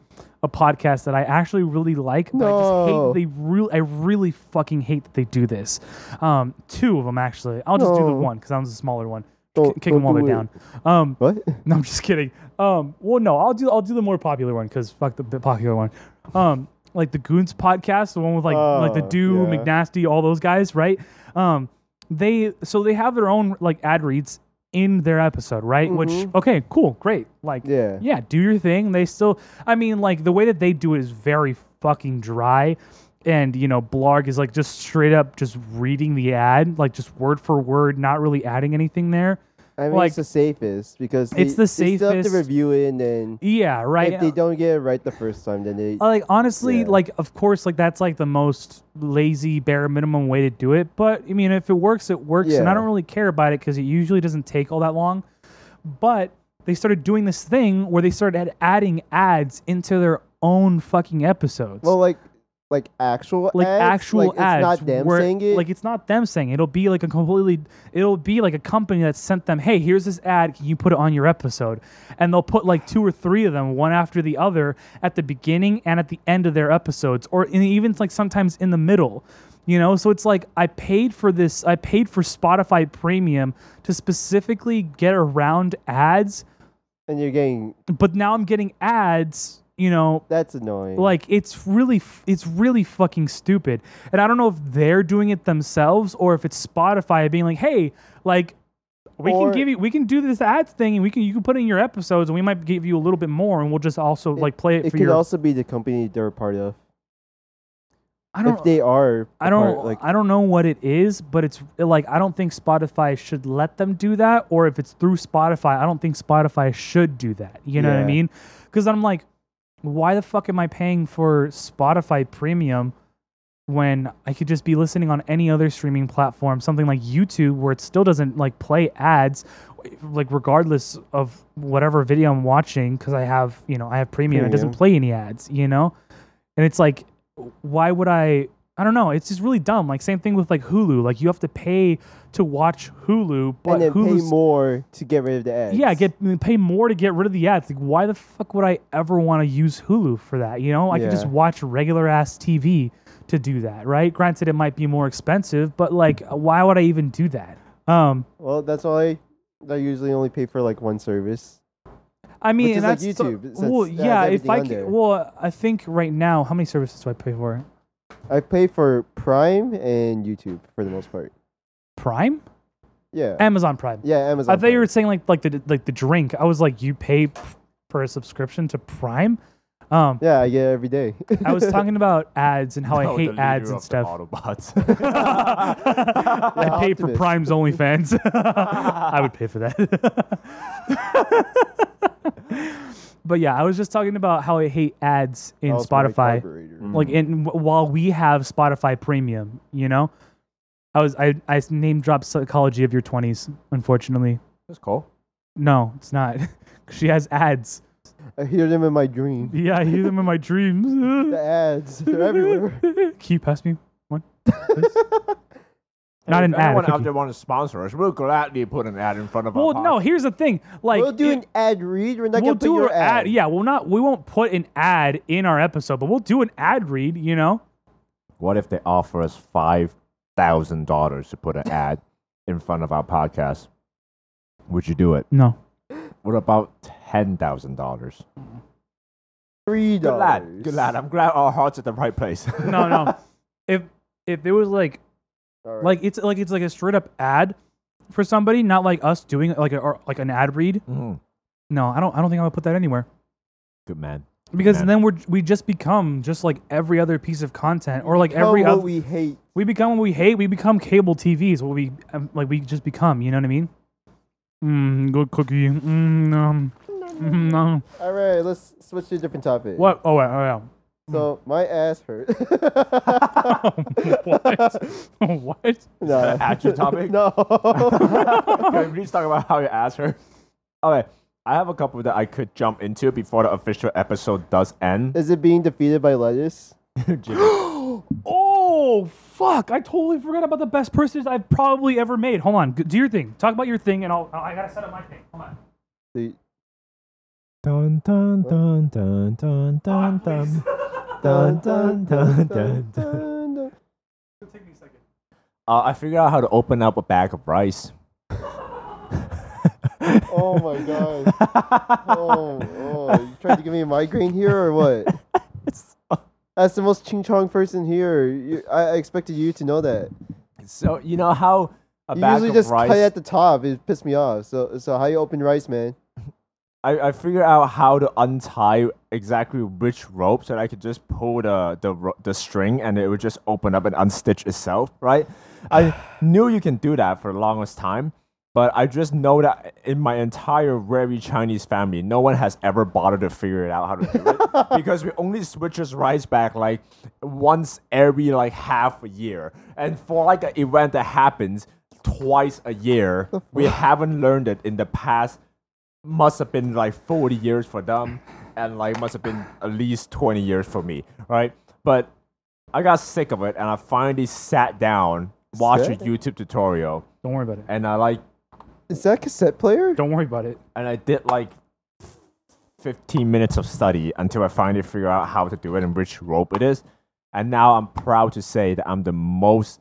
[SPEAKER 4] a podcast that I actually really like, but I just hate
[SPEAKER 3] No.
[SPEAKER 4] that they really, I really fucking hate that they do this. Um, two of them, actually. I'll just do the
[SPEAKER 3] No.
[SPEAKER 4] one because that was a smaller one.
[SPEAKER 3] Don't-
[SPEAKER 4] Kick
[SPEAKER 3] don't
[SPEAKER 4] them while
[SPEAKER 3] do
[SPEAKER 4] they're
[SPEAKER 3] it.
[SPEAKER 4] down. Um,
[SPEAKER 3] what?
[SPEAKER 4] <laughs> no, I'm just kidding. Um, well, no, I'll do I'll do the more popular one because fuck the, the popular one. Um, like the Goons podcast, the one with like like the
[SPEAKER 3] Oh,
[SPEAKER 4] Dew,
[SPEAKER 3] yeah.
[SPEAKER 4] McNasty, all those guys, right? Um, they so they have their own like ad reads in their episode, right? Which okay, cool, great. Like
[SPEAKER 3] Mm-hmm. Yeah.
[SPEAKER 4] yeah, do your thing. They still, I mean, like the way that they do it is very fucking dry. And you know, Blarg is like just straight up just reading the ad, like just word for word, not really adding anything there.
[SPEAKER 3] I mean,
[SPEAKER 4] Like-
[SPEAKER 3] it's the safest because
[SPEAKER 4] It's
[SPEAKER 3] they-
[SPEAKER 4] the
[SPEAKER 3] They still have to
[SPEAKER 4] safest.
[SPEAKER 3] review it, and then
[SPEAKER 4] Yeah, right.
[SPEAKER 3] if they don't get it right the first time, then they.
[SPEAKER 4] Uh, like honestly,
[SPEAKER 3] Yeah.
[SPEAKER 4] like of course, like that's like the most lazy bare minimum way to do it. But I mean, if it works, it works, and I
[SPEAKER 3] Yeah.
[SPEAKER 4] don't really care about it because it usually doesn't take all that long. But they started doing this thing where they started ad- adding ads into their own fucking episodes.
[SPEAKER 3] well, Oh, like, like actual
[SPEAKER 4] like
[SPEAKER 3] ads,
[SPEAKER 4] actual
[SPEAKER 3] like, it's
[SPEAKER 4] ads,
[SPEAKER 3] not them
[SPEAKER 4] where-
[SPEAKER 3] saying it.
[SPEAKER 4] Like it's not them saying it. it'll be like a completely. It'll be like a company that sent them, hey, here's this ad. Can you put it on your episode? And they'll put like two or three of them, one after the other, at the beginning and at the end of their episodes, or in, even like sometimes in the middle. You know, so it's like I paid for this. I paid for Spotify Premium to specifically get around ads,
[SPEAKER 3] and you're getting
[SPEAKER 4] but now I'm getting ads. You know,
[SPEAKER 3] that's annoying.
[SPEAKER 4] like it's really f- it's really fucking stupid and i don't know if they're doing it themselves or if it's spotify being like hey like we
[SPEAKER 3] Or-
[SPEAKER 4] can give you we can do this ads thing and we can you can put it in your episodes and we might give you a little bit more and we'll just also like play it,
[SPEAKER 3] it
[SPEAKER 4] for
[SPEAKER 3] could
[SPEAKER 4] your
[SPEAKER 3] also be the company they're a part of.
[SPEAKER 4] I don't.
[SPEAKER 3] if they are.
[SPEAKER 4] I don't.
[SPEAKER 3] apart, like
[SPEAKER 4] I don't know what it is, but it's like I don't think Spotify should let them do that, or if it's through Spotify, I don't think Spotify should do that. You know what I
[SPEAKER 3] Yeah.
[SPEAKER 4] mean? Because I'm like, why the fuck am I paying for Spotify Premium when I could just be listening on any other streaming platform, something like YouTube, where it still doesn't like play ads, like regardless of whatever video I'm watching, because I have you know I have premium, it
[SPEAKER 3] Premium.
[SPEAKER 4] doesn't play any ads, you know, and it's like, why would I? I don't know. It's just really dumb. Like same thing with like Hulu. Like you have to pay to watch Hulu, but
[SPEAKER 3] and then
[SPEAKER 4] Hulu's
[SPEAKER 3] pay more to get rid of the ads.
[SPEAKER 4] yeah, get mm, pay more to get rid of the ads. Like, why the fuck would I ever want to use Hulu for that? You know, I could just
[SPEAKER 3] Yeah.
[SPEAKER 4] watch regular ass TV to do that, right? Granted, it might be more expensive,
[SPEAKER 3] <laughs>
[SPEAKER 4] but like, why would I even do that? Um,
[SPEAKER 3] Well, that's why I usually only pay for like one service.
[SPEAKER 4] I mean,
[SPEAKER 3] Which is
[SPEAKER 4] and
[SPEAKER 3] like
[SPEAKER 4] that's
[SPEAKER 3] YouTube. It's-
[SPEAKER 4] well,
[SPEAKER 3] that's-
[SPEAKER 4] yeah.
[SPEAKER 3] that's
[SPEAKER 4] If I
[SPEAKER 3] everything on
[SPEAKER 4] could,
[SPEAKER 3] there.
[SPEAKER 4] well, I think right now, how many services do I pay for?
[SPEAKER 3] I pay for Prime and YouTube for the most part.
[SPEAKER 4] Prime,
[SPEAKER 3] Yeah.
[SPEAKER 4] Amazon Prime.
[SPEAKER 3] yeah, Amazon.
[SPEAKER 4] I thought you
[SPEAKER 3] Prime.
[SPEAKER 4] were saying like like the like the drink. I was like, you pay p- for a subscription to Prime. Um,
[SPEAKER 3] Yeah, I get it every day. <laughs>
[SPEAKER 4] I was talking about ads and how
[SPEAKER 2] No,
[SPEAKER 4] I
[SPEAKER 2] Oh, the
[SPEAKER 4] hate
[SPEAKER 2] leader
[SPEAKER 4] ads
[SPEAKER 2] of
[SPEAKER 4] and
[SPEAKER 2] the
[SPEAKER 4] stuff.
[SPEAKER 2] Autobots. <laughs>
[SPEAKER 4] I pay for
[SPEAKER 3] Optimus.
[SPEAKER 4] Prime's OnlyFans. <laughs> I would pay for that. <laughs> but yeah, I was just talking about how I hate ads
[SPEAKER 2] Oh,
[SPEAKER 4] in
[SPEAKER 3] That was my
[SPEAKER 4] Spotify. Mm.
[SPEAKER 3] carburetor.
[SPEAKER 4] Like, in w- while we have Spotify Premium, you know, I was I I name dropped Psychology of Your Twenties. Unfortunately,
[SPEAKER 2] That's cool.
[SPEAKER 4] no, it's not. <laughs> she has ads.
[SPEAKER 3] I hear them in my
[SPEAKER 4] <laughs>
[SPEAKER 3] dream.
[SPEAKER 4] Yeah, I hear them in my dreams.
[SPEAKER 2] <laughs>
[SPEAKER 3] The
[SPEAKER 4] <laughs>
[SPEAKER 3] ads, they're everywhere.
[SPEAKER 4] Can you pass me one? please? Not
[SPEAKER 2] if
[SPEAKER 4] an ad. a
[SPEAKER 2] Anyone out
[SPEAKER 4] cookie.
[SPEAKER 2] there want to sponsor us? We'll gladly put an ad in front of our
[SPEAKER 4] Well, no.
[SPEAKER 2] podcast.
[SPEAKER 4] Here's the thing. Like,
[SPEAKER 3] we'll do
[SPEAKER 4] it-
[SPEAKER 3] an ad read. We're not
[SPEAKER 4] we'll
[SPEAKER 3] gonna put
[SPEAKER 4] do
[SPEAKER 3] your
[SPEAKER 4] an ad.
[SPEAKER 3] ad.
[SPEAKER 4] Yeah, we'll not. We won't put an ad in our episode, but we'll do an ad read. You know,
[SPEAKER 2] What if they offer us five thousand dollars to <laughs> put an ad in front of our podcast? Would you do it?
[SPEAKER 4] no.
[SPEAKER 2] What about ten thousand dollars?
[SPEAKER 3] Three
[SPEAKER 2] Good
[SPEAKER 3] dollars.
[SPEAKER 2] lad. Good lad. I'm glad our hearts at the right place. <laughs>
[SPEAKER 4] no, no. <laughs> If if it was like
[SPEAKER 3] All right.
[SPEAKER 4] like it's like it's like a straight up ad for somebody, not like us doing like a, or like an ad read.
[SPEAKER 2] Mhm.
[SPEAKER 4] No, I don't. I don't think I would put that anywhere
[SPEAKER 2] Good man.
[SPEAKER 4] because
[SPEAKER 2] Man.
[SPEAKER 4] then we're we just become just like every other piece of content or like
[SPEAKER 3] Tell
[SPEAKER 4] every
[SPEAKER 3] what
[SPEAKER 4] other. We,
[SPEAKER 3] we hate.
[SPEAKER 4] become what we hate. We become cable TVs. What we um, like we just become. You know what I mean? Mm, good cookie. Mm, um, mm, um.
[SPEAKER 3] All right, let's switch to a different topic.
[SPEAKER 4] What? Oh, wait, oh, yeah.
[SPEAKER 3] So my ass hurt. <laughs>
[SPEAKER 4] <laughs> what? what?
[SPEAKER 3] no.
[SPEAKER 2] At your <laughs> topic. <laughs>
[SPEAKER 3] <laughs> no.
[SPEAKER 2] Can we please talk about how you asked her? Okay, I have a couple that I could jump into before the official episode does end.
[SPEAKER 3] Is it being defeated by lettuce?
[SPEAKER 2] Jimmy.
[SPEAKER 4] Oh fuck! I totally forgot about the best purses I've probably ever made. Hold on, g- do your thing. Talk about your thing, and I'll. I gotta set up my thing. Hold on.
[SPEAKER 3] The-
[SPEAKER 2] Dun dun dun dun dun dun dun <laughs> dun dun dun dun. dun.
[SPEAKER 3] dun.
[SPEAKER 4] It'll take me a second.
[SPEAKER 2] Uh, I figured out how to open up a bag of rice.
[SPEAKER 3] Oh my god.
[SPEAKER 2] <laughs>
[SPEAKER 3] Oh, oh. You trying to give me a migraine here or what?
[SPEAKER 2] <laughs>
[SPEAKER 3] That's the most ching chong person here. You, I, I expected you to know that.
[SPEAKER 2] So you know how a
[SPEAKER 3] You
[SPEAKER 2] bag
[SPEAKER 3] usually
[SPEAKER 2] of
[SPEAKER 3] just
[SPEAKER 2] rice.
[SPEAKER 3] cut at the top. It pissed me off. So, so how you open rice, man?
[SPEAKER 2] I, I figured out how to untie exactly which rope so that I could just pull the, the ro- the string and it would just open up and unstitch itself, right? I knew you can do that for the longest time, but I just know that in my entire very Chinese family, no one has ever bothered to figure it out how to do it because we only switches rice back like once every like half a year. And for like an event that happens twice a year, we haven't learned it in the past must have been like 40 years for them and like must have been at least 20 years for me right but i got sick of it and i finally sat down watched a
[SPEAKER 3] Sick?
[SPEAKER 2] youtube tutorial
[SPEAKER 4] Don't worry about it.
[SPEAKER 2] and i like
[SPEAKER 3] Is that cassette player?
[SPEAKER 4] Don't worry about it.
[SPEAKER 2] and i did like 15 minutes of study until i finally figured out how to do it and which rope it is and now i'm proud to say that i'm the most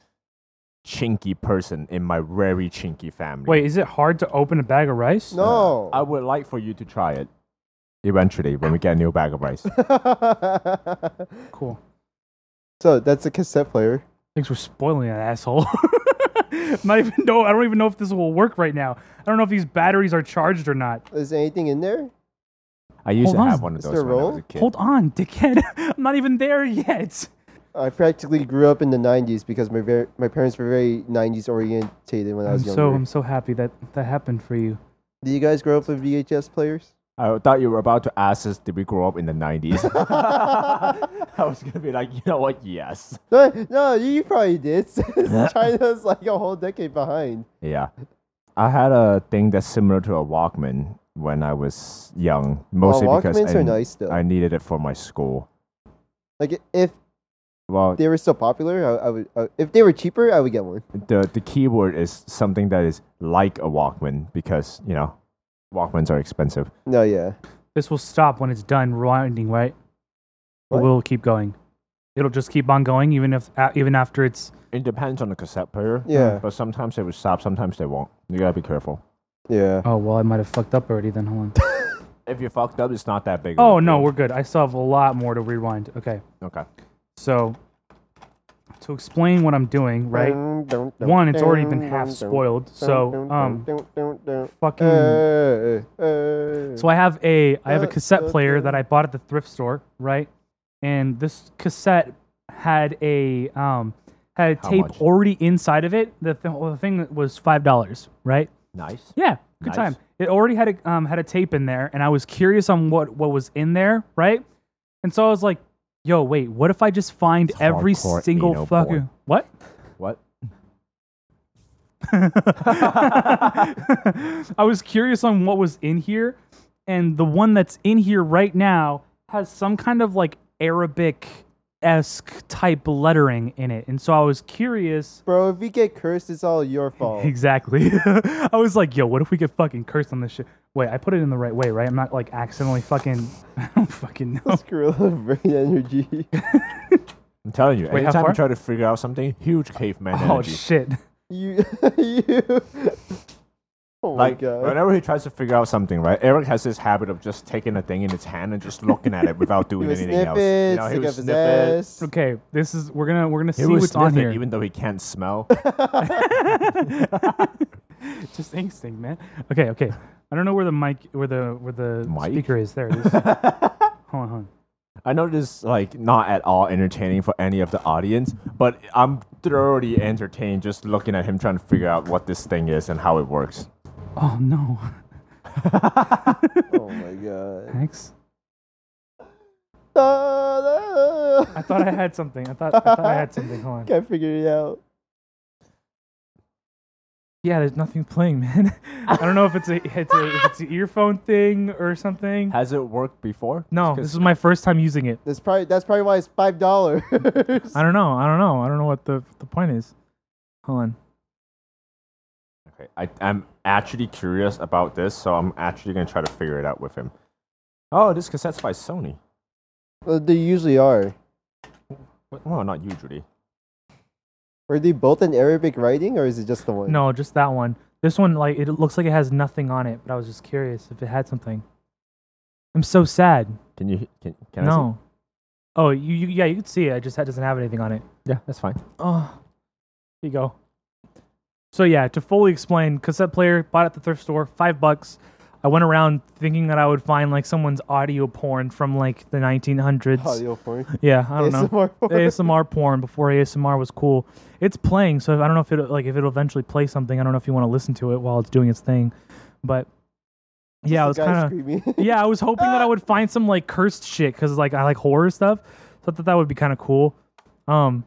[SPEAKER 2] chinky person in my very chinky family
[SPEAKER 4] Wait, is it hard to open a bag of rice?
[SPEAKER 3] No.
[SPEAKER 2] i would like for you to try it eventually when we get a new bag of rice
[SPEAKER 4] Cool.
[SPEAKER 3] <laughs> so that's a cassette player.
[SPEAKER 4] Thanks for spoiling that asshole. <laughs> Not even know. I don't even know if this will work right now. I don't know if these batteries are charged or not.
[SPEAKER 3] Is there anything in there?
[SPEAKER 2] I used
[SPEAKER 4] Hold
[SPEAKER 2] to have
[SPEAKER 4] on.
[SPEAKER 2] one of
[SPEAKER 3] Is
[SPEAKER 2] those
[SPEAKER 3] there
[SPEAKER 2] when I
[SPEAKER 3] roll?
[SPEAKER 2] was a kid.
[SPEAKER 4] <laughs> Hold on, dickhead. I'm not even there yet.
[SPEAKER 3] I practically grew up in the '90s because my ver- my parents were very '90s orientated when I
[SPEAKER 4] I'm
[SPEAKER 3] was
[SPEAKER 4] so
[SPEAKER 3] younger.
[SPEAKER 4] I'm so happy that that happened for you.
[SPEAKER 3] Do you guys grow up with VHS players?
[SPEAKER 2] I thought you were about to ask us, did we grow up in the 90s? <laughs> I was going to be like, you know what? Yes.
[SPEAKER 3] <laughs> No, no, you probably did. <laughs> since China's like a whole decade behind.
[SPEAKER 2] Yeah. I had a thing that's similar to a Walkman when I was young, mostly because
[SPEAKER 3] Walkmans
[SPEAKER 2] I,
[SPEAKER 3] are nice, though.
[SPEAKER 2] I needed it for my school.
[SPEAKER 3] Like if
[SPEAKER 2] Well,
[SPEAKER 3] they were so popular, I, I would. Uh, if they were cheaper, I would get one.
[SPEAKER 2] the the keyword is something that is like a Walkman because, you know, Walkmans are expensive.
[SPEAKER 3] No, yeah.
[SPEAKER 4] This will stop when it's done rewinding, right? Or
[SPEAKER 3] What?
[SPEAKER 4] will it keep going? It'll just keep on going even if a- even after it's
[SPEAKER 2] It depends on the cassette player.
[SPEAKER 3] Yeah.
[SPEAKER 2] But sometimes they will stop, sometimes they won't. You got to be careful.
[SPEAKER 3] Yeah.
[SPEAKER 4] Oh well, I might have fucked up already then. Hold on.
[SPEAKER 2] If you fucked up, it's not that big. of a
[SPEAKER 4] <laughs> Oh no,
[SPEAKER 2] deal.
[SPEAKER 4] we're good. I still have a lot more to rewind. Okay,
[SPEAKER 2] Okay.
[SPEAKER 4] so to explain what I'm doing, right?
[SPEAKER 3] Dun, dun, dun,
[SPEAKER 4] One, it's already been
[SPEAKER 3] dun,
[SPEAKER 4] half
[SPEAKER 3] dun,
[SPEAKER 4] spoiled,
[SPEAKER 3] dun,
[SPEAKER 4] so
[SPEAKER 3] dun,
[SPEAKER 4] um,
[SPEAKER 3] dun, dun, dun,
[SPEAKER 4] fucking.
[SPEAKER 3] dun. Uh, uh,
[SPEAKER 4] So I have a I have a
[SPEAKER 3] Uh,
[SPEAKER 4] cassette player
[SPEAKER 3] okay.
[SPEAKER 4] that I bought at the thrift store, right? And this cassette had a um had a
[SPEAKER 2] How
[SPEAKER 4] tape
[SPEAKER 2] much?
[SPEAKER 4] already inside of it. The, th- well, the thing was five dollars, right?
[SPEAKER 2] Nice.
[SPEAKER 4] Yeah, good
[SPEAKER 2] Nice.
[SPEAKER 4] time. It already had a um, had a tape in there, and I was curious on what what was in there, right? And so I was like, "Yo, wait, what if I just find
[SPEAKER 2] It's
[SPEAKER 4] every
[SPEAKER 2] hardcore
[SPEAKER 4] single
[SPEAKER 2] anal
[SPEAKER 4] fucking
[SPEAKER 2] porn. <laughs>
[SPEAKER 4] what?"
[SPEAKER 2] What?
[SPEAKER 4] I was curious on what was in here, and the one that's in here right now has some kind of like Arabic esque type lettering in it, and so I was curious.
[SPEAKER 3] bro, if we get cursed, it's all
[SPEAKER 4] <laughs>
[SPEAKER 3] your fault. <laughs>
[SPEAKER 4] Exactly. I was like, yo, what if we get fucking cursed on this shit? Wait, I put it in the right way, right? I'm not like accidentally fucking. <laughs> I don't fucking know.
[SPEAKER 3] Gorilla brain energy. <laughs>
[SPEAKER 2] I'm telling you,
[SPEAKER 4] Wait, how
[SPEAKER 2] anytime
[SPEAKER 4] far?
[SPEAKER 2] you try to figure out something, huge caveman
[SPEAKER 4] Oh
[SPEAKER 2] energy.
[SPEAKER 4] shit!
[SPEAKER 3] you, <laughs> you. Oh
[SPEAKER 2] like
[SPEAKER 3] my god.
[SPEAKER 2] whenever he tries to figure out something, right? Eric has this habit of just taking a thing in his hand and just looking at it without doing
[SPEAKER 3] <laughs> he would
[SPEAKER 2] anything
[SPEAKER 3] sniff
[SPEAKER 2] else.
[SPEAKER 3] it,
[SPEAKER 2] You know, he
[SPEAKER 3] stick
[SPEAKER 2] would
[SPEAKER 3] up his
[SPEAKER 2] sniff it.
[SPEAKER 3] ass.
[SPEAKER 4] Okay, this is we're gonna we're gonna
[SPEAKER 2] He
[SPEAKER 4] see
[SPEAKER 2] would
[SPEAKER 4] what's on
[SPEAKER 2] sniff it
[SPEAKER 4] here.
[SPEAKER 2] even though he can't smell. <laughs>
[SPEAKER 4] Just instinct, man. Okay, okay. I don't know where the mic, where the where the
[SPEAKER 2] Mic?
[SPEAKER 4] speaker is. There.
[SPEAKER 2] <laughs>
[SPEAKER 4] It is. hold on, hold on.
[SPEAKER 2] I know this is like not at all entertaining for any of the audience, but I'm thoroughly entertained just looking at him trying to figure out what this thing is and how it works.
[SPEAKER 4] Oh
[SPEAKER 2] <laughs>
[SPEAKER 4] no,
[SPEAKER 3] Oh my
[SPEAKER 4] <laughs>
[SPEAKER 3] god. <laughs>
[SPEAKER 4] thanks.
[SPEAKER 3] Ah,
[SPEAKER 4] I
[SPEAKER 3] ah.
[SPEAKER 4] thought I <laughs> had something. I thought I thought I had something.
[SPEAKER 2] <laughs>
[SPEAKER 4] Hold on.
[SPEAKER 3] Can't figure it out.
[SPEAKER 4] Yeah, there's nothing playing, man. <laughs> I don't know if it's a it's a if it's an earphone thing or something.
[SPEAKER 2] Has it worked before?
[SPEAKER 4] No, this is my first time using it.
[SPEAKER 3] That's probably that's probably why it's five dollars.
[SPEAKER 4] <laughs> I don't know. I don't know. I don't know what the the point is. Hold on.
[SPEAKER 2] Okay, I, I'm actually curious about this, so I'm actually gonna try to figure it out with him. Oh, this cassette's by Sony.
[SPEAKER 3] well, they usually are.
[SPEAKER 2] What- Well, not usually.
[SPEAKER 3] Were they both in Arabic writing, or is it just the one?
[SPEAKER 4] No, just that one. This one, like, it looks like it has nothing on it, but I was just curious if it had something. I'm so sad.
[SPEAKER 2] Can you? Can, can I? see?
[SPEAKER 4] no. Oh, you, you, yeah, you can see it. It just ha- doesn't have anything on it.
[SPEAKER 2] Yeah, that's fine.
[SPEAKER 4] Oh, here you go. So yeah, to fully explain, cassette player bought at the thrift store, five bucks. I went around thinking that I would find like someone's audio porn from like the 1900s.
[SPEAKER 2] Oh,
[SPEAKER 3] Audio porn.
[SPEAKER 4] Yeah, I don't know.
[SPEAKER 3] ASMR porn. <laughs>
[SPEAKER 4] ASMR porn before ASMR was cool. It's playing, so I don't know if it like if it'll eventually play something. I don't know if you want to listen to it while it's doing its thing, but yeah, I was
[SPEAKER 3] Just the Ah! guy
[SPEAKER 4] kind of
[SPEAKER 3] <laughs> screaming.
[SPEAKER 4] <laughs> yeah, I was hoping that I would find some like cursed shit because like I like horror stuff, so I thought that would be kind of cool. Um,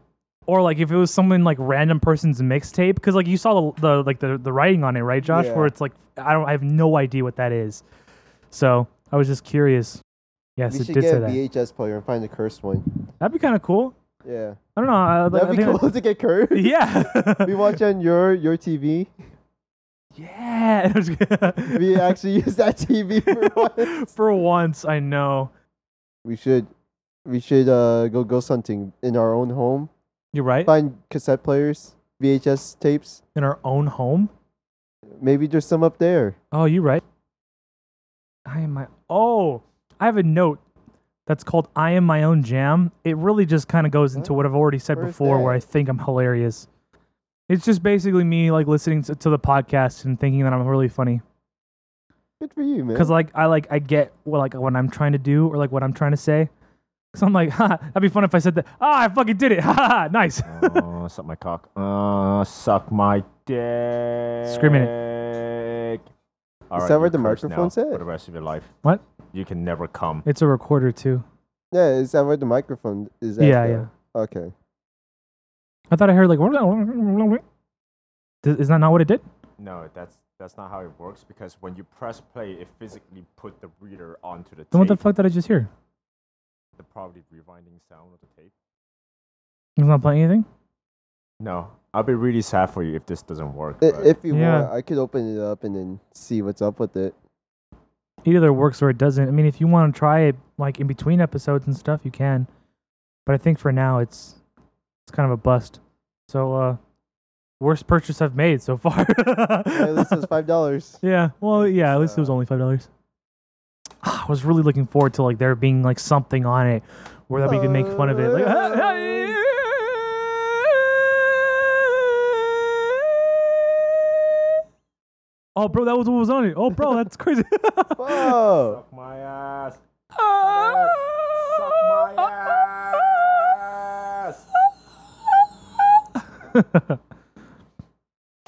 [SPEAKER 4] or like if it was someone like random person's mixtape because like you saw the, the like the the writing on it, right, Josh?
[SPEAKER 3] Yeah.
[SPEAKER 4] Where it's like I don't, I have no idea what that is. So I was just curious. Yes,
[SPEAKER 3] we
[SPEAKER 4] it
[SPEAKER 3] should
[SPEAKER 4] did
[SPEAKER 3] get
[SPEAKER 4] say
[SPEAKER 3] a
[SPEAKER 4] that.
[SPEAKER 3] VHS player and find the cursed one.
[SPEAKER 4] That'd be kind of cool.
[SPEAKER 3] Yeah,
[SPEAKER 4] I don't know. I, I
[SPEAKER 3] that'd be
[SPEAKER 4] think that-
[SPEAKER 3] cool <laughs> to get cursed.
[SPEAKER 4] Yeah.
[SPEAKER 3] We watch on your your TV.
[SPEAKER 4] <laughs> yeah. <laughs>
[SPEAKER 3] We actually use that <laughs> TV for one.
[SPEAKER 4] For once, I know.
[SPEAKER 3] We should we should uh go ghost hunting in our own home.
[SPEAKER 4] You're right.
[SPEAKER 3] Find cassette players, VHS tapes.
[SPEAKER 4] In our own home.
[SPEAKER 3] Maybe there's some up there.
[SPEAKER 4] Oh, you're right. I am my. Oh, I have a note that's called "I am my own jam." It really just kind of goes into what I've already said
[SPEAKER 3] Where's
[SPEAKER 4] before, where
[SPEAKER 3] that?
[SPEAKER 4] I think I'm hilarious. It's just basically me like listening to, to the podcast and thinking that I'm really funny.
[SPEAKER 3] Good for you, man.
[SPEAKER 4] because like I like I get what like what I'm trying to do or like what I'm trying to say. Because I'm like, <laughs> ha, that'd be fun if I said that. Ah, I fucking did it. <laughs> Ha, Ha ha, nice.
[SPEAKER 2] Uh, suck my cock. Uh, suck my dick.
[SPEAKER 4] Scream in
[SPEAKER 2] All
[SPEAKER 3] Is
[SPEAKER 2] right,
[SPEAKER 3] that where
[SPEAKER 2] you
[SPEAKER 3] the
[SPEAKER 2] curse now
[SPEAKER 3] microphone's at?
[SPEAKER 2] For the rest of your life,
[SPEAKER 4] what?
[SPEAKER 2] you can never come.
[SPEAKER 4] It's a recorder too.
[SPEAKER 3] Yeah, is that where the microphone is?
[SPEAKER 4] Yeah,
[SPEAKER 3] at though? Okay.
[SPEAKER 4] I thought I heard like. Th- Is that not what it did?
[SPEAKER 2] No, that's that's not how it works because when you press play, it physically put the reader onto the
[SPEAKER 4] Then
[SPEAKER 2] tape.
[SPEAKER 4] what the fuck did I just hear?
[SPEAKER 2] The probably rewinding sound of the tape.
[SPEAKER 4] It's not playing anything.
[SPEAKER 2] No, I'll be really sad for you if this doesn't work.
[SPEAKER 3] I-
[SPEAKER 2] but-
[SPEAKER 3] If you
[SPEAKER 4] Yeah.
[SPEAKER 3] want, I could open it up and then see what's up with it.
[SPEAKER 4] It either works or it doesn't. I mean, if you want to try it like in between episodes and stuff, you can. But I think for now, it's it's kind of a bust. So, uh, worst purchase I've made so far. <laughs>
[SPEAKER 3] Hey, this is five <laughs> dollars.
[SPEAKER 4] Yeah. Well, yeah. At least it was
[SPEAKER 2] Uh,
[SPEAKER 4] only five dollars. <sighs> I was really looking forward to like there being like something on it where that we could make fun of it. Like, <laughs> oh, bro, that was what was on it. Oh,
[SPEAKER 3] <laughs>
[SPEAKER 4] bro, that's crazy.
[SPEAKER 3] Whoa!
[SPEAKER 2] Suck my ass. Suck my
[SPEAKER 4] oh,
[SPEAKER 2] ass.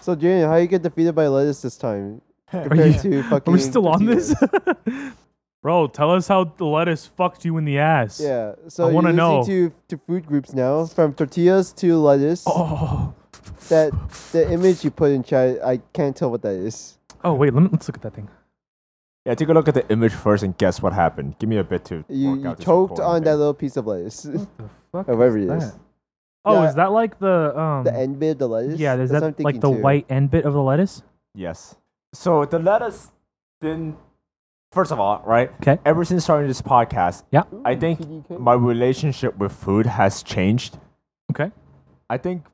[SPEAKER 3] So, Junior, how you get defeated by lettuce this time compared to fucking?
[SPEAKER 4] <laughs> Are we still on
[SPEAKER 3] tortillas?
[SPEAKER 4] this? <laughs> bro, tell us how the lettuce fucked you in the ass.
[SPEAKER 3] Yeah. So
[SPEAKER 4] I
[SPEAKER 3] you're
[SPEAKER 4] wanna
[SPEAKER 3] losing
[SPEAKER 4] know.
[SPEAKER 3] to to food groups now, from tortillas to lettuce.
[SPEAKER 2] <laughs>
[SPEAKER 4] Oh.
[SPEAKER 3] That the image you put in chat, I can't tell what that is.
[SPEAKER 4] Oh wait, let me, let's look at that thing.
[SPEAKER 2] Yeah, take a look at the image first and guess what happened. Give me a bit to
[SPEAKER 3] You,
[SPEAKER 2] work
[SPEAKER 3] you
[SPEAKER 2] out this
[SPEAKER 3] choked
[SPEAKER 2] recording
[SPEAKER 3] on
[SPEAKER 2] thing.
[SPEAKER 3] that little piece of lettuce. <laughs>
[SPEAKER 4] The fuck
[SPEAKER 3] However it
[SPEAKER 4] that?
[SPEAKER 3] is.
[SPEAKER 4] Oh,
[SPEAKER 3] Yeah.
[SPEAKER 4] is that like the um?
[SPEAKER 3] The end bit of the lettuce.
[SPEAKER 4] yeah, is
[SPEAKER 3] That's what
[SPEAKER 4] that
[SPEAKER 3] I'm
[SPEAKER 4] like the
[SPEAKER 3] thinking too.
[SPEAKER 4] white end bit of the lettuce?
[SPEAKER 2] Yes. So the lettuce didn't. First of all, right?
[SPEAKER 4] 'Kay.
[SPEAKER 2] Ever since starting this podcast,
[SPEAKER 4] Yeah.
[SPEAKER 2] I think
[SPEAKER 3] PDK.
[SPEAKER 2] my relationship with food has changed.
[SPEAKER 4] Okay.
[SPEAKER 2] I think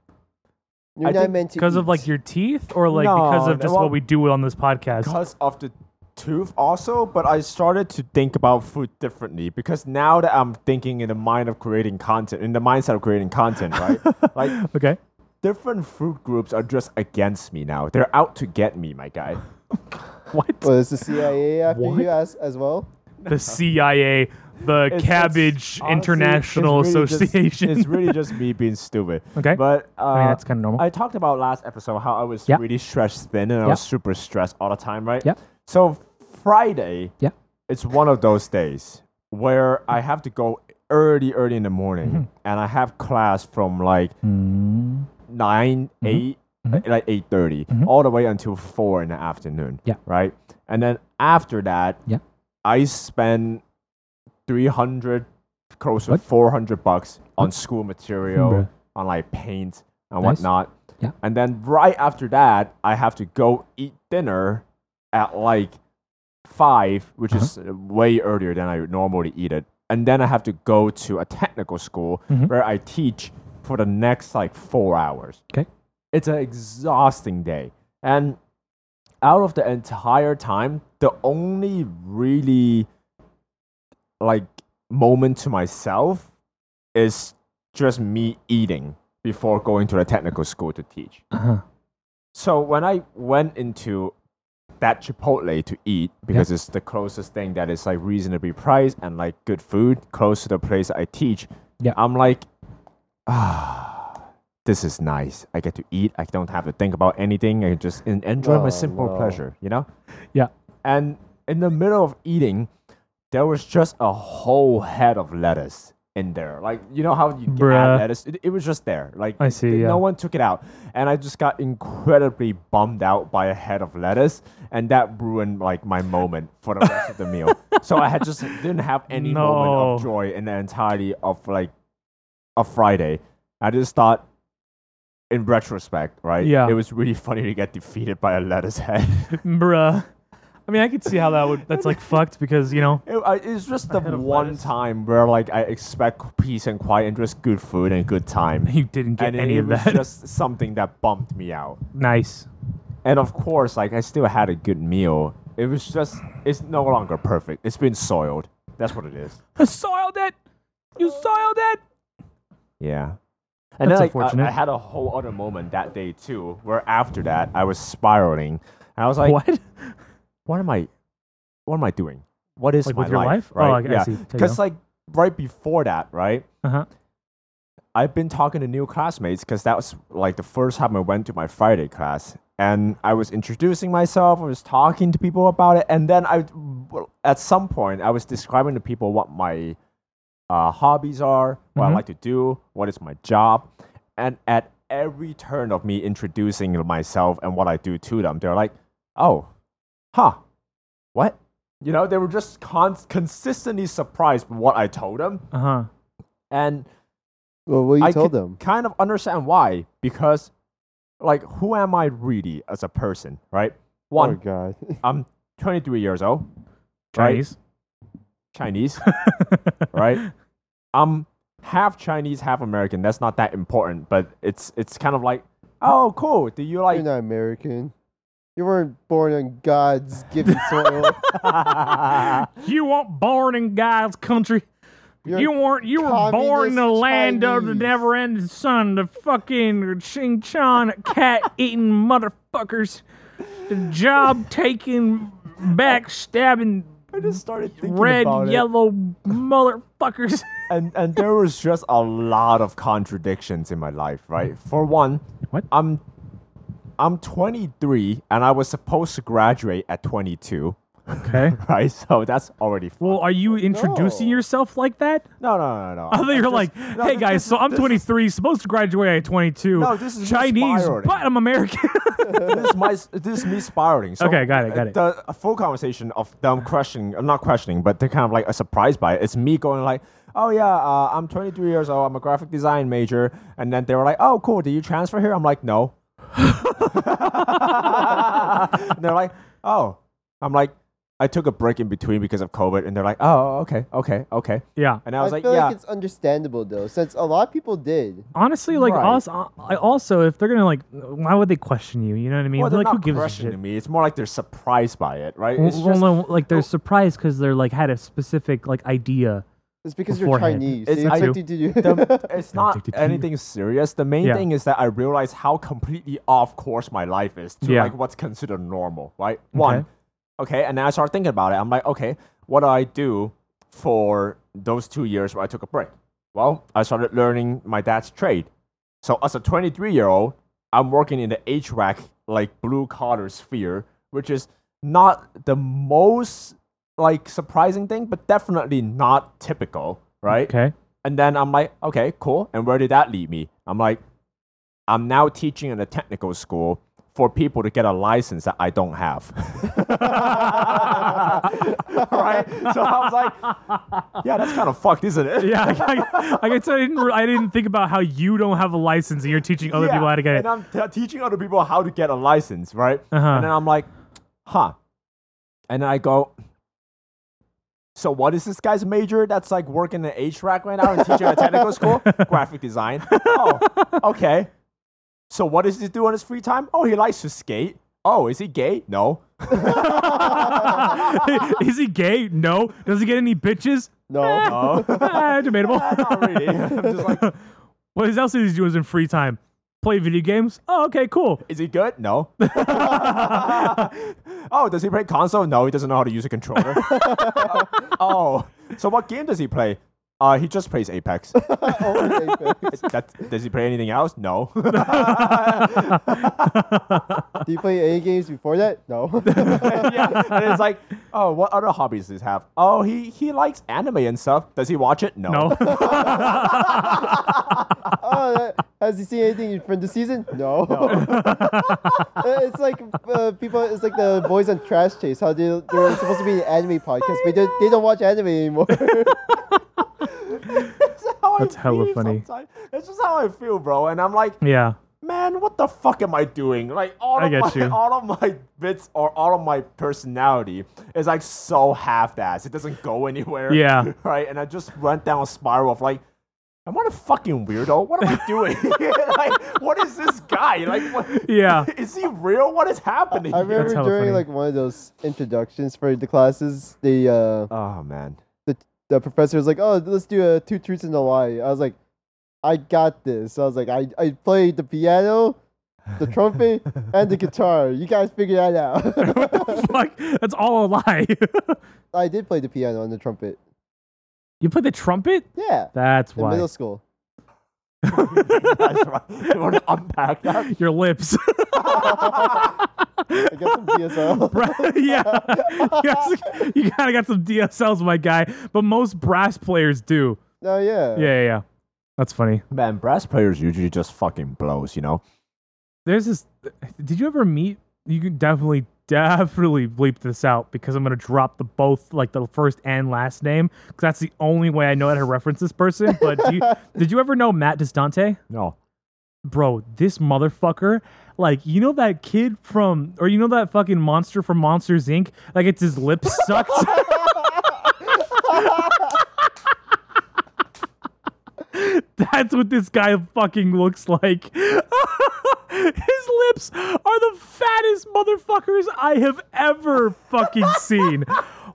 [SPEAKER 3] You're
[SPEAKER 2] I
[SPEAKER 3] not
[SPEAKER 2] think
[SPEAKER 3] meant to
[SPEAKER 4] Because of
[SPEAKER 3] eat.
[SPEAKER 4] like your teeth, or like
[SPEAKER 2] No,
[SPEAKER 4] because of
[SPEAKER 2] no,
[SPEAKER 4] just
[SPEAKER 2] well-
[SPEAKER 4] what we do on this podcast.
[SPEAKER 2] because of the tooth also, but I started to think about food differently because now that I'm thinking in the mind of creating content, in the mindset of creating content, right? like
[SPEAKER 4] Okay.
[SPEAKER 2] different food groups are just against me now. They're out to get me, my guy.
[SPEAKER 4] What?
[SPEAKER 3] Well, is the CIA after
[SPEAKER 4] What?
[SPEAKER 3] you as, as well?
[SPEAKER 4] <laughs> the CIA, the
[SPEAKER 2] It's- it's-
[SPEAKER 4] Cabbage
[SPEAKER 2] honestly,
[SPEAKER 4] International
[SPEAKER 2] it's really just-
[SPEAKER 4] Association.
[SPEAKER 2] it's really just me being stupid.
[SPEAKER 4] <laughs> Okay.
[SPEAKER 2] But uh,
[SPEAKER 4] I mean, that's kinda normal.
[SPEAKER 2] I talked about last episode how I was
[SPEAKER 4] Yeah.
[SPEAKER 2] really stressed thin and I
[SPEAKER 4] Yeah.
[SPEAKER 2] was super stressed all the time, right?
[SPEAKER 4] Yeah.
[SPEAKER 2] So Friday,
[SPEAKER 4] Yeah.
[SPEAKER 2] it's one of those days where I have to go early, early in the morning,
[SPEAKER 4] Mm-hmm.
[SPEAKER 2] and I have class from like 9 8
[SPEAKER 4] Mhm.
[SPEAKER 2] uh, like 8.30 all the way until 4 in the afternoon
[SPEAKER 4] Yeah.
[SPEAKER 2] right and then after that
[SPEAKER 4] Yeah.
[SPEAKER 2] i spend 300 close to
[SPEAKER 4] What?
[SPEAKER 2] 400 bucks on school material
[SPEAKER 4] Bruh.
[SPEAKER 2] on like paint and
[SPEAKER 4] Nice.
[SPEAKER 2] whatnot
[SPEAKER 4] Yeah.
[SPEAKER 2] and then right after that i have to go eat dinner at like 5 which is
[SPEAKER 4] Uh-huh.
[SPEAKER 2] uh, way earlier than i would normally eat it and then i have to go to a technical school
[SPEAKER 4] Mm-hmm.
[SPEAKER 2] where i teach for the next like four hours
[SPEAKER 4] Okay.
[SPEAKER 2] it's an exhausting day. And out of the entire time, the only really like moment to myself is just me eating before going to the technical school to teach.
[SPEAKER 4] Uh-huh.
[SPEAKER 2] So when I went into that Chipotle to eat because it's the closest thing that is like reasonably priced and like good food close to the place I teach.
[SPEAKER 4] Yeah.
[SPEAKER 2] I'm like, ah, this is nice. I get to eat. I don't have to think about anything. I just en- enjoy my
[SPEAKER 3] No,
[SPEAKER 2] simple
[SPEAKER 3] no.
[SPEAKER 2] pleasure. You know.
[SPEAKER 4] Yeah.
[SPEAKER 2] And in the middle of eating, there was just a whole head of lettuce in there. Like you know how you get
[SPEAKER 4] Bruh.
[SPEAKER 2] add lettuce. It, it was just there. Like
[SPEAKER 4] I see,
[SPEAKER 2] th-
[SPEAKER 4] yeah.
[SPEAKER 2] No one took it out, and I just got incredibly bummed out by a head of lettuce, and that ruined like my moment for the rest of the meal.
[SPEAKER 4] <laughs>
[SPEAKER 2] So I had just didn't have any moment of
[SPEAKER 4] No.
[SPEAKER 2] joy in the entirety of like a Friday. I just thought. In retrospect, right?
[SPEAKER 4] Yeah.
[SPEAKER 2] It was really funny to get defeated by a lettuce head.
[SPEAKER 4] <laughs>
[SPEAKER 2] <laughs>
[SPEAKER 4] Bruh. I mean, I could see how that would. That's like fucked because you know.
[SPEAKER 2] It, I, it's
[SPEAKER 4] <laughs>
[SPEAKER 2] just the
[SPEAKER 4] head of
[SPEAKER 2] one
[SPEAKER 4] lettuce.
[SPEAKER 2] time where like I expect peace and quiet and just good food and good
[SPEAKER 4] <laughs>
[SPEAKER 2] time.
[SPEAKER 4] You didn't get
[SPEAKER 2] and it-
[SPEAKER 4] any
[SPEAKER 2] it
[SPEAKER 4] of
[SPEAKER 2] was
[SPEAKER 4] that.
[SPEAKER 2] just something that bumped me out.
[SPEAKER 4] <laughs> nice.
[SPEAKER 2] And of course, like I still had a good meal. It was just it's no longer perfect. It's been soiled. That's what it is.
[SPEAKER 4] I soiled it. You soiled it.
[SPEAKER 2] Yeah. And then
[SPEAKER 4] That's
[SPEAKER 2] like, I-
[SPEAKER 4] unfortunate.
[SPEAKER 2] I, had a whole other moment that day too, where after that I was spiraling. And I was like,
[SPEAKER 4] what?
[SPEAKER 2] what am I, what am I doing? What is
[SPEAKER 4] Like,
[SPEAKER 2] my
[SPEAKER 4] with your life? Oh,
[SPEAKER 2] Right?
[SPEAKER 4] I- I see. There you
[SPEAKER 2] Because
[SPEAKER 4] go.
[SPEAKER 2] like right before that, right?
[SPEAKER 4] Uh-huh.
[SPEAKER 2] I've been talking to new classmates because that was like the first time I went to my Friday class, and I was introducing myself. I was talking to people about it, and then I, at some point, I was describing to people what my uh, hobbies are, what I like to do, what is my job, and at every turn of me introducing myself and what I do to them, they're like, "Oh, huh, what?" You know, they were just con- consistently surprised by what I told them,
[SPEAKER 4] Uh-huh.
[SPEAKER 2] and
[SPEAKER 3] Well, what you
[SPEAKER 2] I
[SPEAKER 3] told
[SPEAKER 2] could
[SPEAKER 3] them?
[SPEAKER 2] kind of understand why because like who am I really as a person, right?
[SPEAKER 3] Oh
[SPEAKER 2] One,
[SPEAKER 3] God. <laughs>
[SPEAKER 2] I'm 23 years old,
[SPEAKER 4] Chinese. <laughs>
[SPEAKER 2] Chinese, right? I'm half Chinese, half American. That's not that important, but it's it's kind of like, oh, cool. Do you like?
[SPEAKER 3] You're not American. You weren't born on God's given
[SPEAKER 4] <laughs>
[SPEAKER 3] soil.
[SPEAKER 4] You weren't born in God's country.
[SPEAKER 3] You're
[SPEAKER 4] you weren't. You were born in the
[SPEAKER 3] communist
[SPEAKER 4] land of the
[SPEAKER 3] Chinese.
[SPEAKER 4] never-ending sun, the fucking Ching Chong cat-eating motherfuckers, the job-taking, backstabbing,
[SPEAKER 2] I just started thinking
[SPEAKER 4] red,
[SPEAKER 2] about it,
[SPEAKER 4] yellow motherfuckers.
[SPEAKER 2] and and there was just a lot of contradictions in my life, right? For one,
[SPEAKER 4] What?
[SPEAKER 2] I'm I'm 23, and I was supposed to graduate at 22.
[SPEAKER 4] Okay.
[SPEAKER 2] right? So that's already fun.
[SPEAKER 4] Well, are you introducing
[SPEAKER 3] No.
[SPEAKER 4] yourself like that?
[SPEAKER 2] no, no, no, no.
[SPEAKER 4] I thought you were
[SPEAKER 2] Just-
[SPEAKER 4] like,
[SPEAKER 2] no,
[SPEAKER 4] "Hey
[SPEAKER 2] this-
[SPEAKER 4] guys,
[SPEAKER 2] this
[SPEAKER 4] so
[SPEAKER 2] is-
[SPEAKER 4] I'm
[SPEAKER 2] this is-
[SPEAKER 4] 23, supposed to graduate at 22.
[SPEAKER 2] No, this is me
[SPEAKER 4] Chinese,
[SPEAKER 2] spiraling.
[SPEAKER 4] but I'm American." <laughs>
[SPEAKER 2] This is my, this is me spiraling. So
[SPEAKER 4] Okay, got it, got it.
[SPEAKER 2] The a full conversation of them questioning, uh, not questioning, but they're kind of like a surprise by it. It's me going like, "Oh yeah, uh, I'm 23 years old. I'm a graphic design major," and then they were like, "Oh cool, did you transfer here?" I'm like, "No." <laughs> and they're like, "Oh," I'm like. I took a break in between because of COVID, and they're like, "Oh, okay, okay, okay."
[SPEAKER 4] yeah.
[SPEAKER 2] And I was like,
[SPEAKER 3] feel
[SPEAKER 2] "Yeah,
[SPEAKER 3] like it's understandable though, since a lot of people did.
[SPEAKER 4] honestly, like
[SPEAKER 2] Right.
[SPEAKER 4] also, I also if they're gonna like, why would they question you? You know what I mean?
[SPEAKER 2] Well, they're
[SPEAKER 4] like,
[SPEAKER 2] not
[SPEAKER 4] who gives a
[SPEAKER 2] crushing
[SPEAKER 4] shit?
[SPEAKER 2] to me. It's more like they're surprised by it, right?
[SPEAKER 4] Well,
[SPEAKER 2] It's
[SPEAKER 4] well,
[SPEAKER 2] just,
[SPEAKER 4] no, like they're surprised because they're like had a specific like idea.
[SPEAKER 3] It's because
[SPEAKER 4] Beforehand.
[SPEAKER 3] you're Chinese.
[SPEAKER 2] It's-
[SPEAKER 3] so
[SPEAKER 2] I do.
[SPEAKER 3] you expected to do.
[SPEAKER 2] the- it's not
[SPEAKER 4] <laughs> addicted to you.
[SPEAKER 2] anything serious. The main
[SPEAKER 4] Yeah.
[SPEAKER 2] thing is that I realize how completely off course my life is to
[SPEAKER 4] Yeah.
[SPEAKER 2] like what's considered normal, right? One, okay, and then I start thinking about it. I'm like, okay, what do I do for those two years where I took a break? Well, I started learning my dad's trade. So as a 23 year old, I'm working in the HVAC like blue collar sphere, which is not the most like surprising thing, but definitely not typical, right?
[SPEAKER 4] Okay.
[SPEAKER 2] And then I'm like, okay, cool. And where did that lead me? I'm like, I'm now teaching in a technical school for people to get a license that I don't have. <laughs> right? So I was like, yeah, that's kind of fucked, isn't it?
[SPEAKER 4] <laughs>
[SPEAKER 2] <laughs>
[SPEAKER 4] Yeah, I, I, I guess I didn't. re- I didn't think about how you don't have a license and you're teaching other
[SPEAKER 2] Yeah,
[SPEAKER 4] people how to get it.
[SPEAKER 2] And I'm t- teaching other people how to get a license, right?
[SPEAKER 4] Uh-huh.
[SPEAKER 2] And then I'm like, huh. And then I go, so what is this guy's major that's like working in HVAC right now and teaching at technical
[SPEAKER 4] <laughs>
[SPEAKER 2] school? Graphic design. Oh, okay. So what does he do on his free time? Oh, he likes to skate. Oh, is he gay? No.
[SPEAKER 4] <laughs> Is he gay? No. Does he get any bitches?
[SPEAKER 3] no.
[SPEAKER 4] <laughs>
[SPEAKER 2] No.
[SPEAKER 4] Ah, debatable.
[SPEAKER 2] <laughs> Not really. I'm just like,
[SPEAKER 4] what else does he do in his free time? Play video games? Oh, okay, cool.
[SPEAKER 2] Is he good? No. <laughs> oh, does he play console? No, he doesn't know how to use a controller. <laughs> oh, so what game does he play? Uh, he just plays Apex.
[SPEAKER 3] Oh, okay, thanks.
[SPEAKER 2] That's, does he play anything else? No.
[SPEAKER 3] <laughs>
[SPEAKER 2] <laughs>
[SPEAKER 3] Do you play any games before that?
[SPEAKER 2] <laughs>
[SPEAKER 3] No. <laughs>
[SPEAKER 2] yeah, and it's like, oh, what other hobbies does he have? Oh, he he likes anime and stuff. Does he watch it? No.
[SPEAKER 4] No.
[SPEAKER 3] oh, that- has he seen anything from the season? No. <laughs> it's like uh, people. It's like the boys on Trash Chase. How they they're supposed to be an anime podcast, but they, they don't watch
[SPEAKER 2] <laughs>
[SPEAKER 3] anime anymore.
[SPEAKER 2] <laughs> That's, how
[SPEAKER 4] That's
[SPEAKER 2] I
[SPEAKER 4] hella
[SPEAKER 2] feel
[SPEAKER 4] funny.
[SPEAKER 2] sometimes. That's just how I feel, bro. And I'm like,
[SPEAKER 4] yeah.
[SPEAKER 2] man, what the fuck am I doing? Like all
[SPEAKER 4] I
[SPEAKER 2] of
[SPEAKER 4] get
[SPEAKER 2] my <laughs>
[SPEAKER 4] you.
[SPEAKER 2] all of my bits or all of my personality is like so half-assed. It doesn't go anywhere.
[SPEAKER 4] Yeah.
[SPEAKER 2] <laughs> Right. And I just went down a spiral of like, am I a fucking weirdo? What am I doing? <laughs> like, what is this guy? Like, what,
[SPEAKER 4] <laughs> Yeah.
[SPEAKER 2] Is he real? What is happening?
[SPEAKER 3] I
[SPEAKER 2] here?
[SPEAKER 3] remember
[SPEAKER 4] hella
[SPEAKER 3] during
[SPEAKER 4] funny.
[SPEAKER 3] like one of those introductions for the classes, the uh,
[SPEAKER 2] <laughs> Oh man. <laughs>
[SPEAKER 3] the the professor was like, "Oh, let's do a two truths and a lie." I was like, "I got this." I was like, "I I played the piano." The trumpet and the guitar. You guys figure that
[SPEAKER 4] <laughs>
[SPEAKER 3] out. <laughs>
[SPEAKER 4] Fuck. That's all a lie. <laughs>
[SPEAKER 3] I did play the piano and the trumpet.
[SPEAKER 4] You play the trumpet?
[SPEAKER 3] Yeah.
[SPEAKER 4] That's
[SPEAKER 3] In middle
[SPEAKER 4] why.
[SPEAKER 3] school.
[SPEAKER 2] That's right. You want to unpack that?
[SPEAKER 4] <laughs> Your lips.
[SPEAKER 3] I got some
[SPEAKER 4] <laughs>
[SPEAKER 3] DSL.
[SPEAKER 4] Bra- yeah. Yes, you kind of got some DSLs, my guy. But most brass players do.
[SPEAKER 3] oh, yeah.
[SPEAKER 4] Yeah, yeah, yeah. That's funny.
[SPEAKER 2] Man, brass players usually just fucking blows, you know?
[SPEAKER 4] There's this. Did you ever meet? You can definitely, definitely bleep this out because I'm gonna drop the both, like the first and last name, because that's the only way I know how to reference this person. But do you, did you ever know Matt Distante?
[SPEAKER 2] No.
[SPEAKER 4] bro, this motherfucker, like, you know that kid from, or you know that fucking monster from Monsters Inc. Like, it's
[SPEAKER 3] <laughs>
[SPEAKER 4] his lips sucked. That's what this guy fucking looks like. <laughs> His lips are the fattest motherfuckers I have ever fucking
[SPEAKER 3] <laughs>
[SPEAKER 4] seen.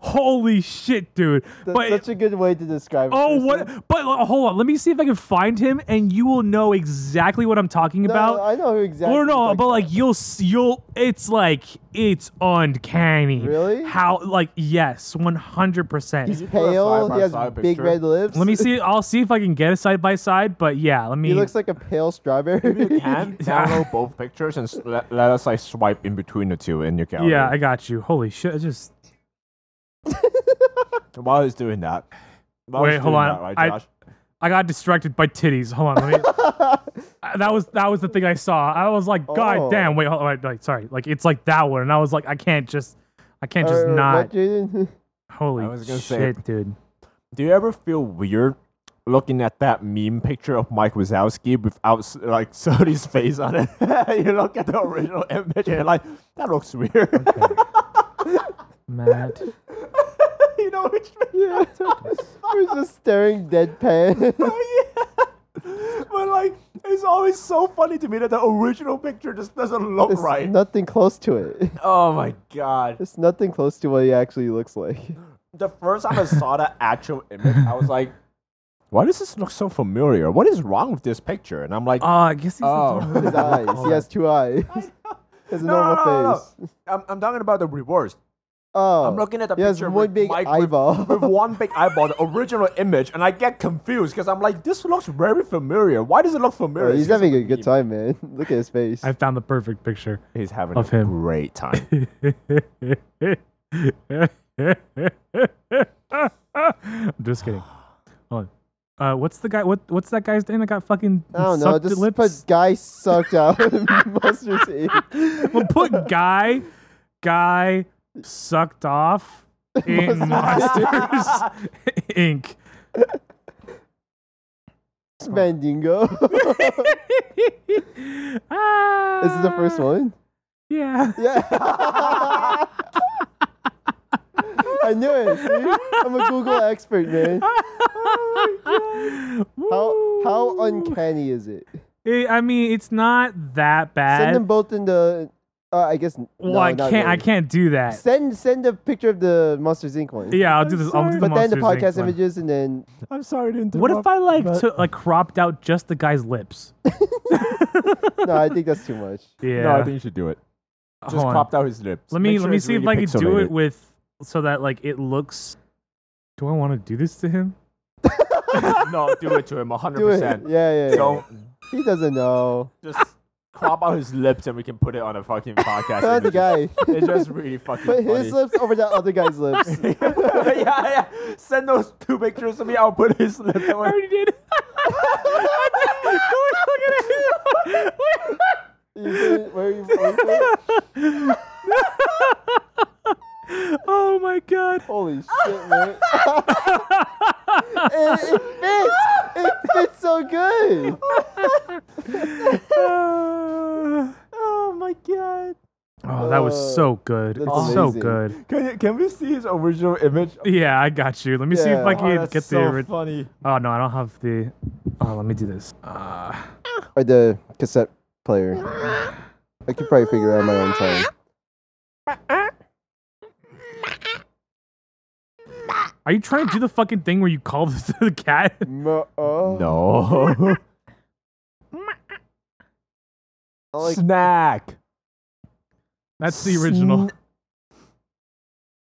[SPEAKER 4] Holy shit, dude!
[SPEAKER 3] That's such a good way to describe it.
[SPEAKER 4] Oh, what? But uh, hold on. Let me see if I can find him, and you will know exactly what I'm talking
[SPEAKER 3] No,
[SPEAKER 4] about.
[SPEAKER 3] I know who exactly.
[SPEAKER 4] or no,
[SPEAKER 3] you're talking
[SPEAKER 4] but like
[SPEAKER 3] about.
[SPEAKER 4] you'll s- you'll. It's like it's uncanny.
[SPEAKER 3] Really?
[SPEAKER 4] How? Like yes, 100.
[SPEAKER 3] He's
[SPEAKER 4] percent
[SPEAKER 2] put a
[SPEAKER 3] pale. He has
[SPEAKER 2] side-by-side
[SPEAKER 3] big
[SPEAKER 2] picture?
[SPEAKER 3] red lips.
[SPEAKER 4] Let me see. I'll see if I can get a side by side. But yeah, let me.
[SPEAKER 3] He looks like a pale strawberry.
[SPEAKER 4] <laughs>
[SPEAKER 2] Can download both pictures and s- let, let us like swipe in between the two in your gallery.
[SPEAKER 4] yeah, I got you. Holy shit! I just
[SPEAKER 2] While he's doing that. While
[SPEAKER 4] Wait,
[SPEAKER 2] he's
[SPEAKER 4] hold
[SPEAKER 2] doing
[SPEAKER 4] on.
[SPEAKER 2] That,
[SPEAKER 4] I-
[SPEAKER 2] right, Josh?
[SPEAKER 4] I got distracted by titties. Hold
[SPEAKER 3] <laughs>
[SPEAKER 4] on. Let me. Uh, that was that was the thing I saw. I was like, God
[SPEAKER 3] Oh.
[SPEAKER 4] damn! Wait, hold, wait, wait, sorry. Like it's like that one, and I was like, I can't just, I
[SPEAKER 3] <laughs>
[SPEAKER 4] can't
[SPEAKER 3] Or
[SPEAKER 4] just
[SPEAKER 3] what,
[SPEAKER 4] not.
[SPEAKER 3] Jaden?
[SPEAKER 4] Holy
[SPEAKER 2] I was gonna say-
[SPEAKER 4] shit, dude.
[SPEAKER 2] Do you ever feel weird looking at that meme picture of Mike Wazowski without s- like <laughs> Sony's face on it? <laughs> you look at the original image and you're like, that looks weird.
[SPEAKER 4] Matt
[SPEAKER 2] <laughs> you know which
[SPEAKER 3] Yeah. We're just staring deadpan. <laughs>
[SPEAKER 2] Oh, <laughs> yeah. But like, it's always so funny to me that the original picture just doesn't look
[SPEAKER 3] There's
[SPEAKER 2] right.
[SPEAKER 3] nothing close to it.
[SPEAKER 2] oh my god!
[SPEAKER 3] There's nothing close to what he actually looks like.
[SPEAKER 2] The first time I saw the actual image, I was like, "Why does this look so familiar? What is wrong with this picture?" And I'm like,
[SPEAKER 4] Oh, I guess he's
[SPEAKER 2] Oh. <laughs>
[SPEAKER 3] His eyes. He has two eyes. <laughs> He has a normal face.
[SPEAKER 2] I'm, I'm talking about the reverse.
[SPEAKER 3] Oh.
[SPEAKER 2] I'm looking at the
[SPEAKER 3] he has
[SPEAKER 2] picture
[SPEAKER 3] one
[SPEAKER 2] with
[SPEAKER 3] big
[SPEAKER 2] Mike with-
[SPEAKER 3] eyeball.
[SPEAKER 2] With, one big eyeball, the original image, and I get confused because I'm like, "This looks very familiar. Why does it look familiar?"
[SPEAKER 3] <laughs> Oh, he's
[SPEAKER 2] It's just
[SPEAKER 3] having a
[SPEAKER 2] like
[SPEAKER 3] good
[SPEAKER 2] meme.
[SPEAKER 3] time, man. Look at his face.
[SPEAKER 4] <laughs> I found the perfect picture. <laughs>
[SPEAKER 2] He's having
[SPEAKER 4] Of
[SPEAKER 2] a
[SPEAKER 4] him.
[SPEAKER 2] great
[SPEAKER 4] <laughs>
[SPEAKER 2] time.
[SPEAKER 4] I'm just kidding. Hold on. Uh, what's the guy? What What's that guy's name that got fucking
[SPEAKER 3] I don't know.
[SPEAKER 4] sucked
[SPEAKER 3] Just
[SPEAKER 4] lips?
[SPEAKER 3] put guy sucked out <laughs> Monsters Inc.
[SPEAKER 4] <laughs>
[SPEAKER 2] <laughs>
[SPEAKER 4] well, put guy, guy
[SPEAKER 3] <laughs>
[SPEAKER 4] sucked off in Monsters Inc.
[SPEAKER 3] Mandingo. <laughs> this
[SPEAKER 4] <laughs> ah,
[SPEAKER 3] is the first one.
[SPEAKER 4] Yeah.
[SPEAKER 3] Yeah. <laughs> I knew it. See? I'm a Google expert,
[SPEAKER 2] <laughs>
[SPEAKER 3] man.
[SPEAKER 2] Oh
[SPEAKER 3] How how
[SPEAKER 4] Woo.
[SPEAKER 3] uncanny is it?
[SPEAKER 4] Eh, I mean, it's not that
[SPEAKER 3] Send
[SPEAKER 4] bad.
[SPEAKER 3] them both in the. Uh, I guess. n-
[SPEAKER 4] well,
[SPEAKER 3] no,
[SPEAKER 4] I
[SPEAKER 3] not
[SPEAKER 4] can't. I
[SPEAKER 3] really.
[SPEAKER 4] can't do that.
[SPEAKER 3] Send send a picture of the Monsters Inc. one.
[SPEAKER 4] Yeah, I'll do this. I'll do the
[SPEAKER 3] But then the
[SPEAKER 4] Monsters, Inc.
[SPEAKER 3] podcast
[SPEAKER 4] one.
[SPEAKER 3] images and then
[SPEAKER 2] I'm sorry to interrupt.
[SPEAKER 4] What if I like
[SPEAKER 2] but-
[SPEAKER 4] took like cropped out just the guy's lips?
[SPEAKER 3] no, I think that's
[SPEAKER 2] <laughs>
[SPEAKER 3] too much.
[SPEAKER 4] Yeah.
[SPEAKER 2] No, I think you should do it.
[SPEAKER 4] Hold
[SPEAKER 2] Just
[SPEAKER 4] on.
[SPEAKER 2] cropped out his lips.
[SPEAKER 4] Let me
[SPEAKER 2] Make
[SPEAKER 4] let
[SPEAKER 2] sure
[SPEAKER 4] me
[SPEAKER 2] it's
[SPEAKER 4] see if I
[SPEAKER 2] really
[SPEAKER 4] can do
[SPEAKER 2] pixelated.
[SPEAKER 4] it with so that like it looks. Do I want to do this to him?
[SPEAKER 2] <laughs> no, do it to him 100%.
[SPEAKER 3] Do it. Yeah, yeah. yeah.
[SPEAKER 2] Don't
[SPEAKER 3] He doesn't know.
[SPEAKER 2] just crop out his lips and we can put <laughs> it on a fucking podcast.
[SPEAKER 3] Put on the
[SPEAKER 2] It's <laughs>
[SPEAKER 3] guy.
[SPEAKER 2] just- It's just really fucking
[SPEAKER 3] Put
[SPEAKER 2] funny.
[SPEAKER 3] his lips over that other guy's lips.
[SPEAKER 2] <laughs> yeah, yeah. Send those two pictures to me. I'll put his lips.
[SPEAKER 4] I
[SPEAKER 2] Over.
[SPEAKER 4] already did. Look at it.
[SPEAKER 3] You did- Where are you? where you-
[SPEAKER 4] <laughs> Oh my god.
[SPEAKER 3] Holy shit, man. <laughs> it, it fits. It fits so good.
[SPEAKER 4] Uh,
[SPEAKER 2] Oh my god.
[SPEAKER 4] oh, that was
[SPEAKER 3] Uh,
[SPEAKER 4] so good.
[SPEAKER 3] that's
[SPEAKER 4] It's so
[SPEAKER 3] amazing.
[SPEAKER 4] good.
[SPEAKER 2] Can, you, can we see his original image?
[SPEAKER 4] Yeah, I got you. Let me see if I
[SPEAKER 2] Oh,
[SPEAKER 3] Yeah.
[SPEAKER 4] can
[SPEAKER 2] that's
[SPEAKER 4] get the.
[SPEAKER 2] so
[SPEAKER 4] ori-
[SPEAKER 2] funny.
[SPEAKER 4] oh no, I don't have the. Oh, let me do this. Uh,
[SPEAKER 3] Or the cassette player. I could probably figure out my own time.
[SPEAKER 4] are you trying to do the fucking thing where you call <laughs> the, the cat?
[SPEAKER 3] No.
[SPEAKER 2] <laughs> No.
[SPEAKER 3] I like
[SPEAKER 2] Snack.
[SPEAKER 4] That's the original.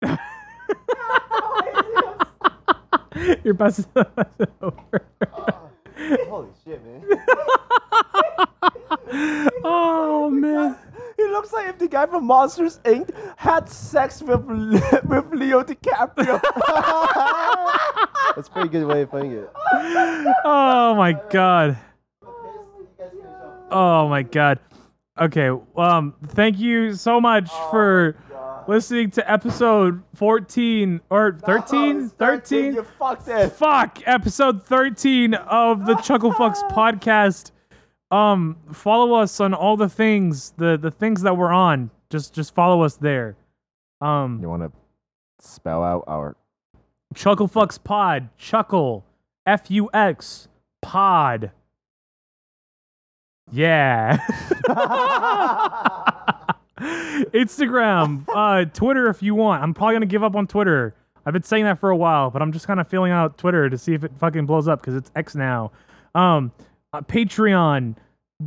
[SPEAKER 4] <laughs> You're passing it over.
[SPEAKER 3] Holy shit, man.
[SPEAKER 4] Oh man.
[SPEAKER 2] He looks like if the guy from Monsters Inc. had sex with <laughs> Le- with Leo <laughs> DiCaprio.
[SPEAKER 3] That's a pretty good way of putting it.
[SPEAKER 4] Oh my god. Oh my god. Okay. Um. Thank you so much for listening to episode 14 or
[SPEAKER 2] <laughs>
[SPEAKER 4] 13. 13.
[SPEAKER 2] You fucked it.
[SPEAKER 4] fuck episode 13 of the chuckle fucks podcast um follow us on all the things the the things that we're on just just follow us there um
[SPEAKER 2] You want to spell out our
[SPEAKER 4] chuckle fucks pod chuckle f-u-x pod yeah <laughs> instagram uh twitter if you want i'm probably gonna give up on twitter i've been saying that for a while but i'm just kind of feeling out twitter to see if it fucking blows up because it's x now um uh, patreon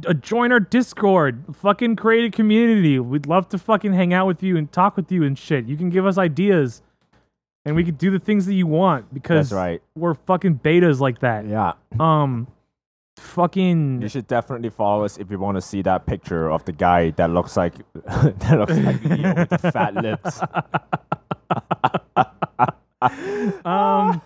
[SPEAKER 4] uh, join our discord fucking create a community we'd love to fucking hang out with you and talk with you and shit you can give us ideas and we could do the things that you want because
[SPEAKER 2] That's right.
[SPEAKER 4] we're fucking betas like that
[SPEAKER 2] yeah.
[SPEAKER 4] um fucking
[SPEAKER 2] You should definitely follow us if you want to see that picture of the guy that looks like <laughs> that looks like Leo with the
[SPEAKER 4] <laughs>
[SPEAKER 2] fat lips.
[SPEAKER 4] Um,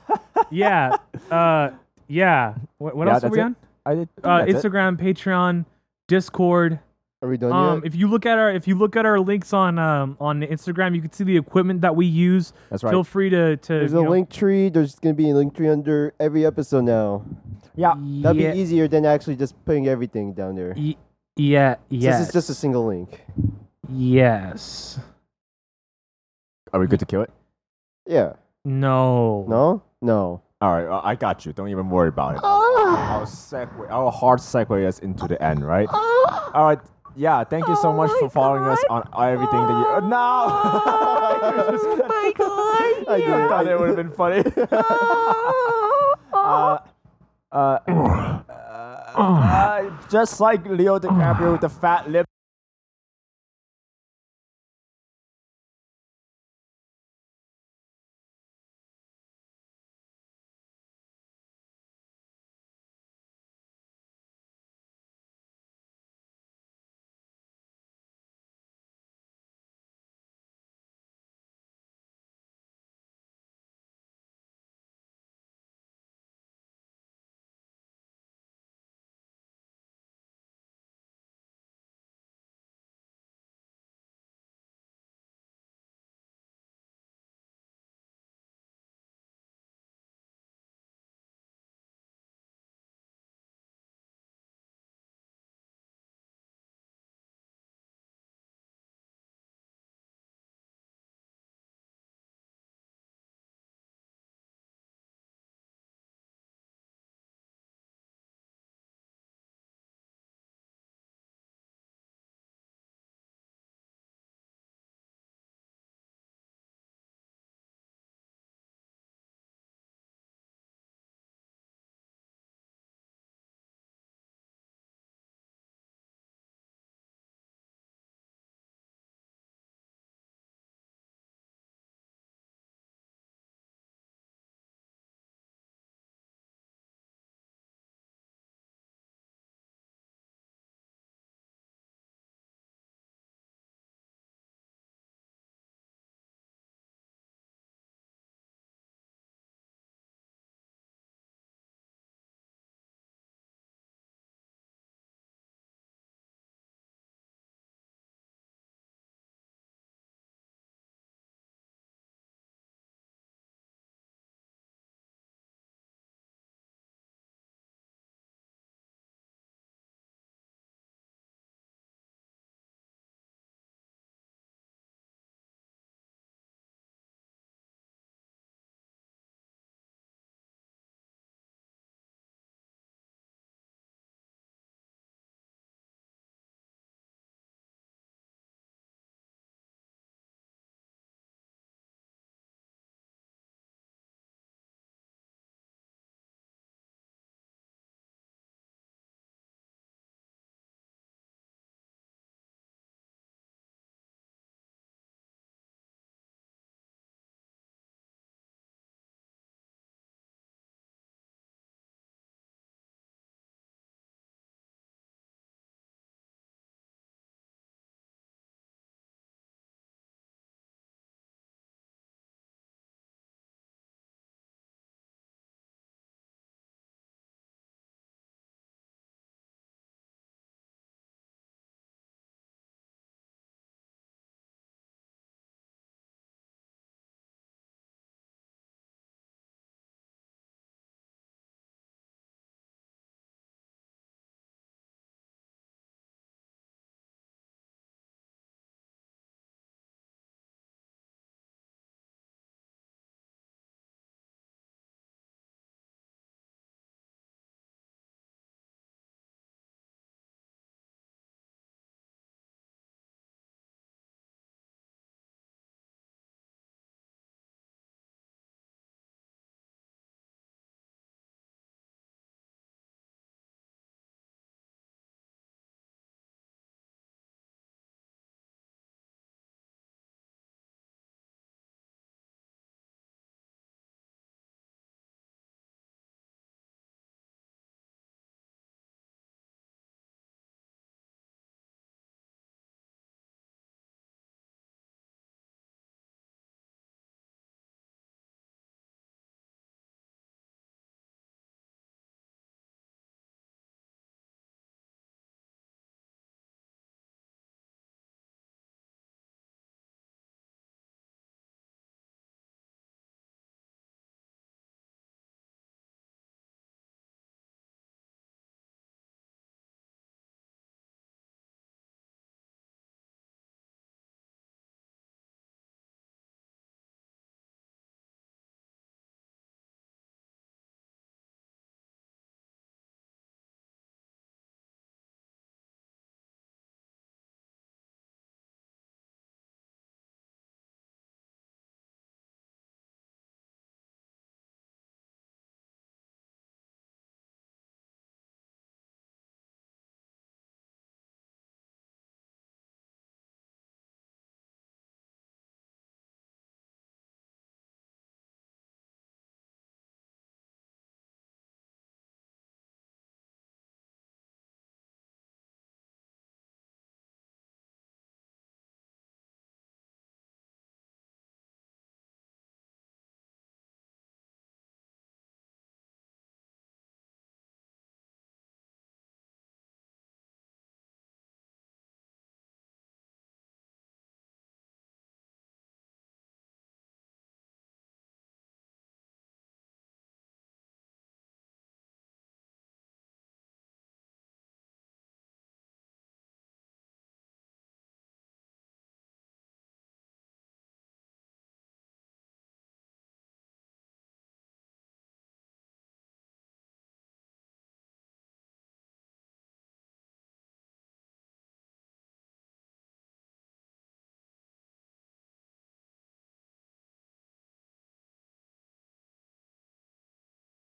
[SPEAKER 4] yeah, uh, yeah. What, what
[SPEAKER 2] Yeah,
[SPEAKER 4] else are
[SPEAKER 2] that's
[SPEAKER 4] we
[SPEAKER 2] it.
[SPEAKER 4] on?
[SPEAKER 2] I did.
[SPEAKER 4] Uh, Instagram, Patreon, Discord.
[SPEAKER 3] Are we done
[SPEAKER 4] Um,
[SPEAKER 3] yet?
[SPEAKER 4] if you look at our if you look at our links on um on Instagram, you can see the equipment that we use.
[SPEAKER 2] That's right.
[SPEAKER 4] Feel free to to
[SPEAKER 3] There's
[SPEAKER 4] you
[SPEAKER 3] a
[SPEAKER 4] know-
[SPEAKER 3] link tree. There's going to be a link tree under every episode now.
[SPEAKER 2] yeah.
[SPEAKER 3] That'd
[SPEAKER 4] Yeah,
[SPEAKER 3] be easier than actually just putting everything down there.
[SPEAKER 4] y- yeah,
[SPEAKER 3] This
[SPEAKER 4] yes,
[SPEAKER 3] is just a single link.
[SPEAKER 4] yes.
[SPEAKER 2] Are we good to kill it?
[SPEAKER 3] Yeah.
[SPEAKER 4] No,
[SPEAKER 3] No? No.
[SPEAKER 2] All right, uh, I I got you. Don't even worry about it. I'll segue. I'll hard segue us into the end, right? All right. Yeah. Thank you so much for following us on everything that you. Uh, <laughs> no.
[SPEAKER 3] I did
[SPEAKER 2] I thought
[SPEAKER 3] it.
[SPEAKER 2] it would have been funny. <laughs> uh, uh, uh, uh, just like Leo DiCaprio with the fat lip.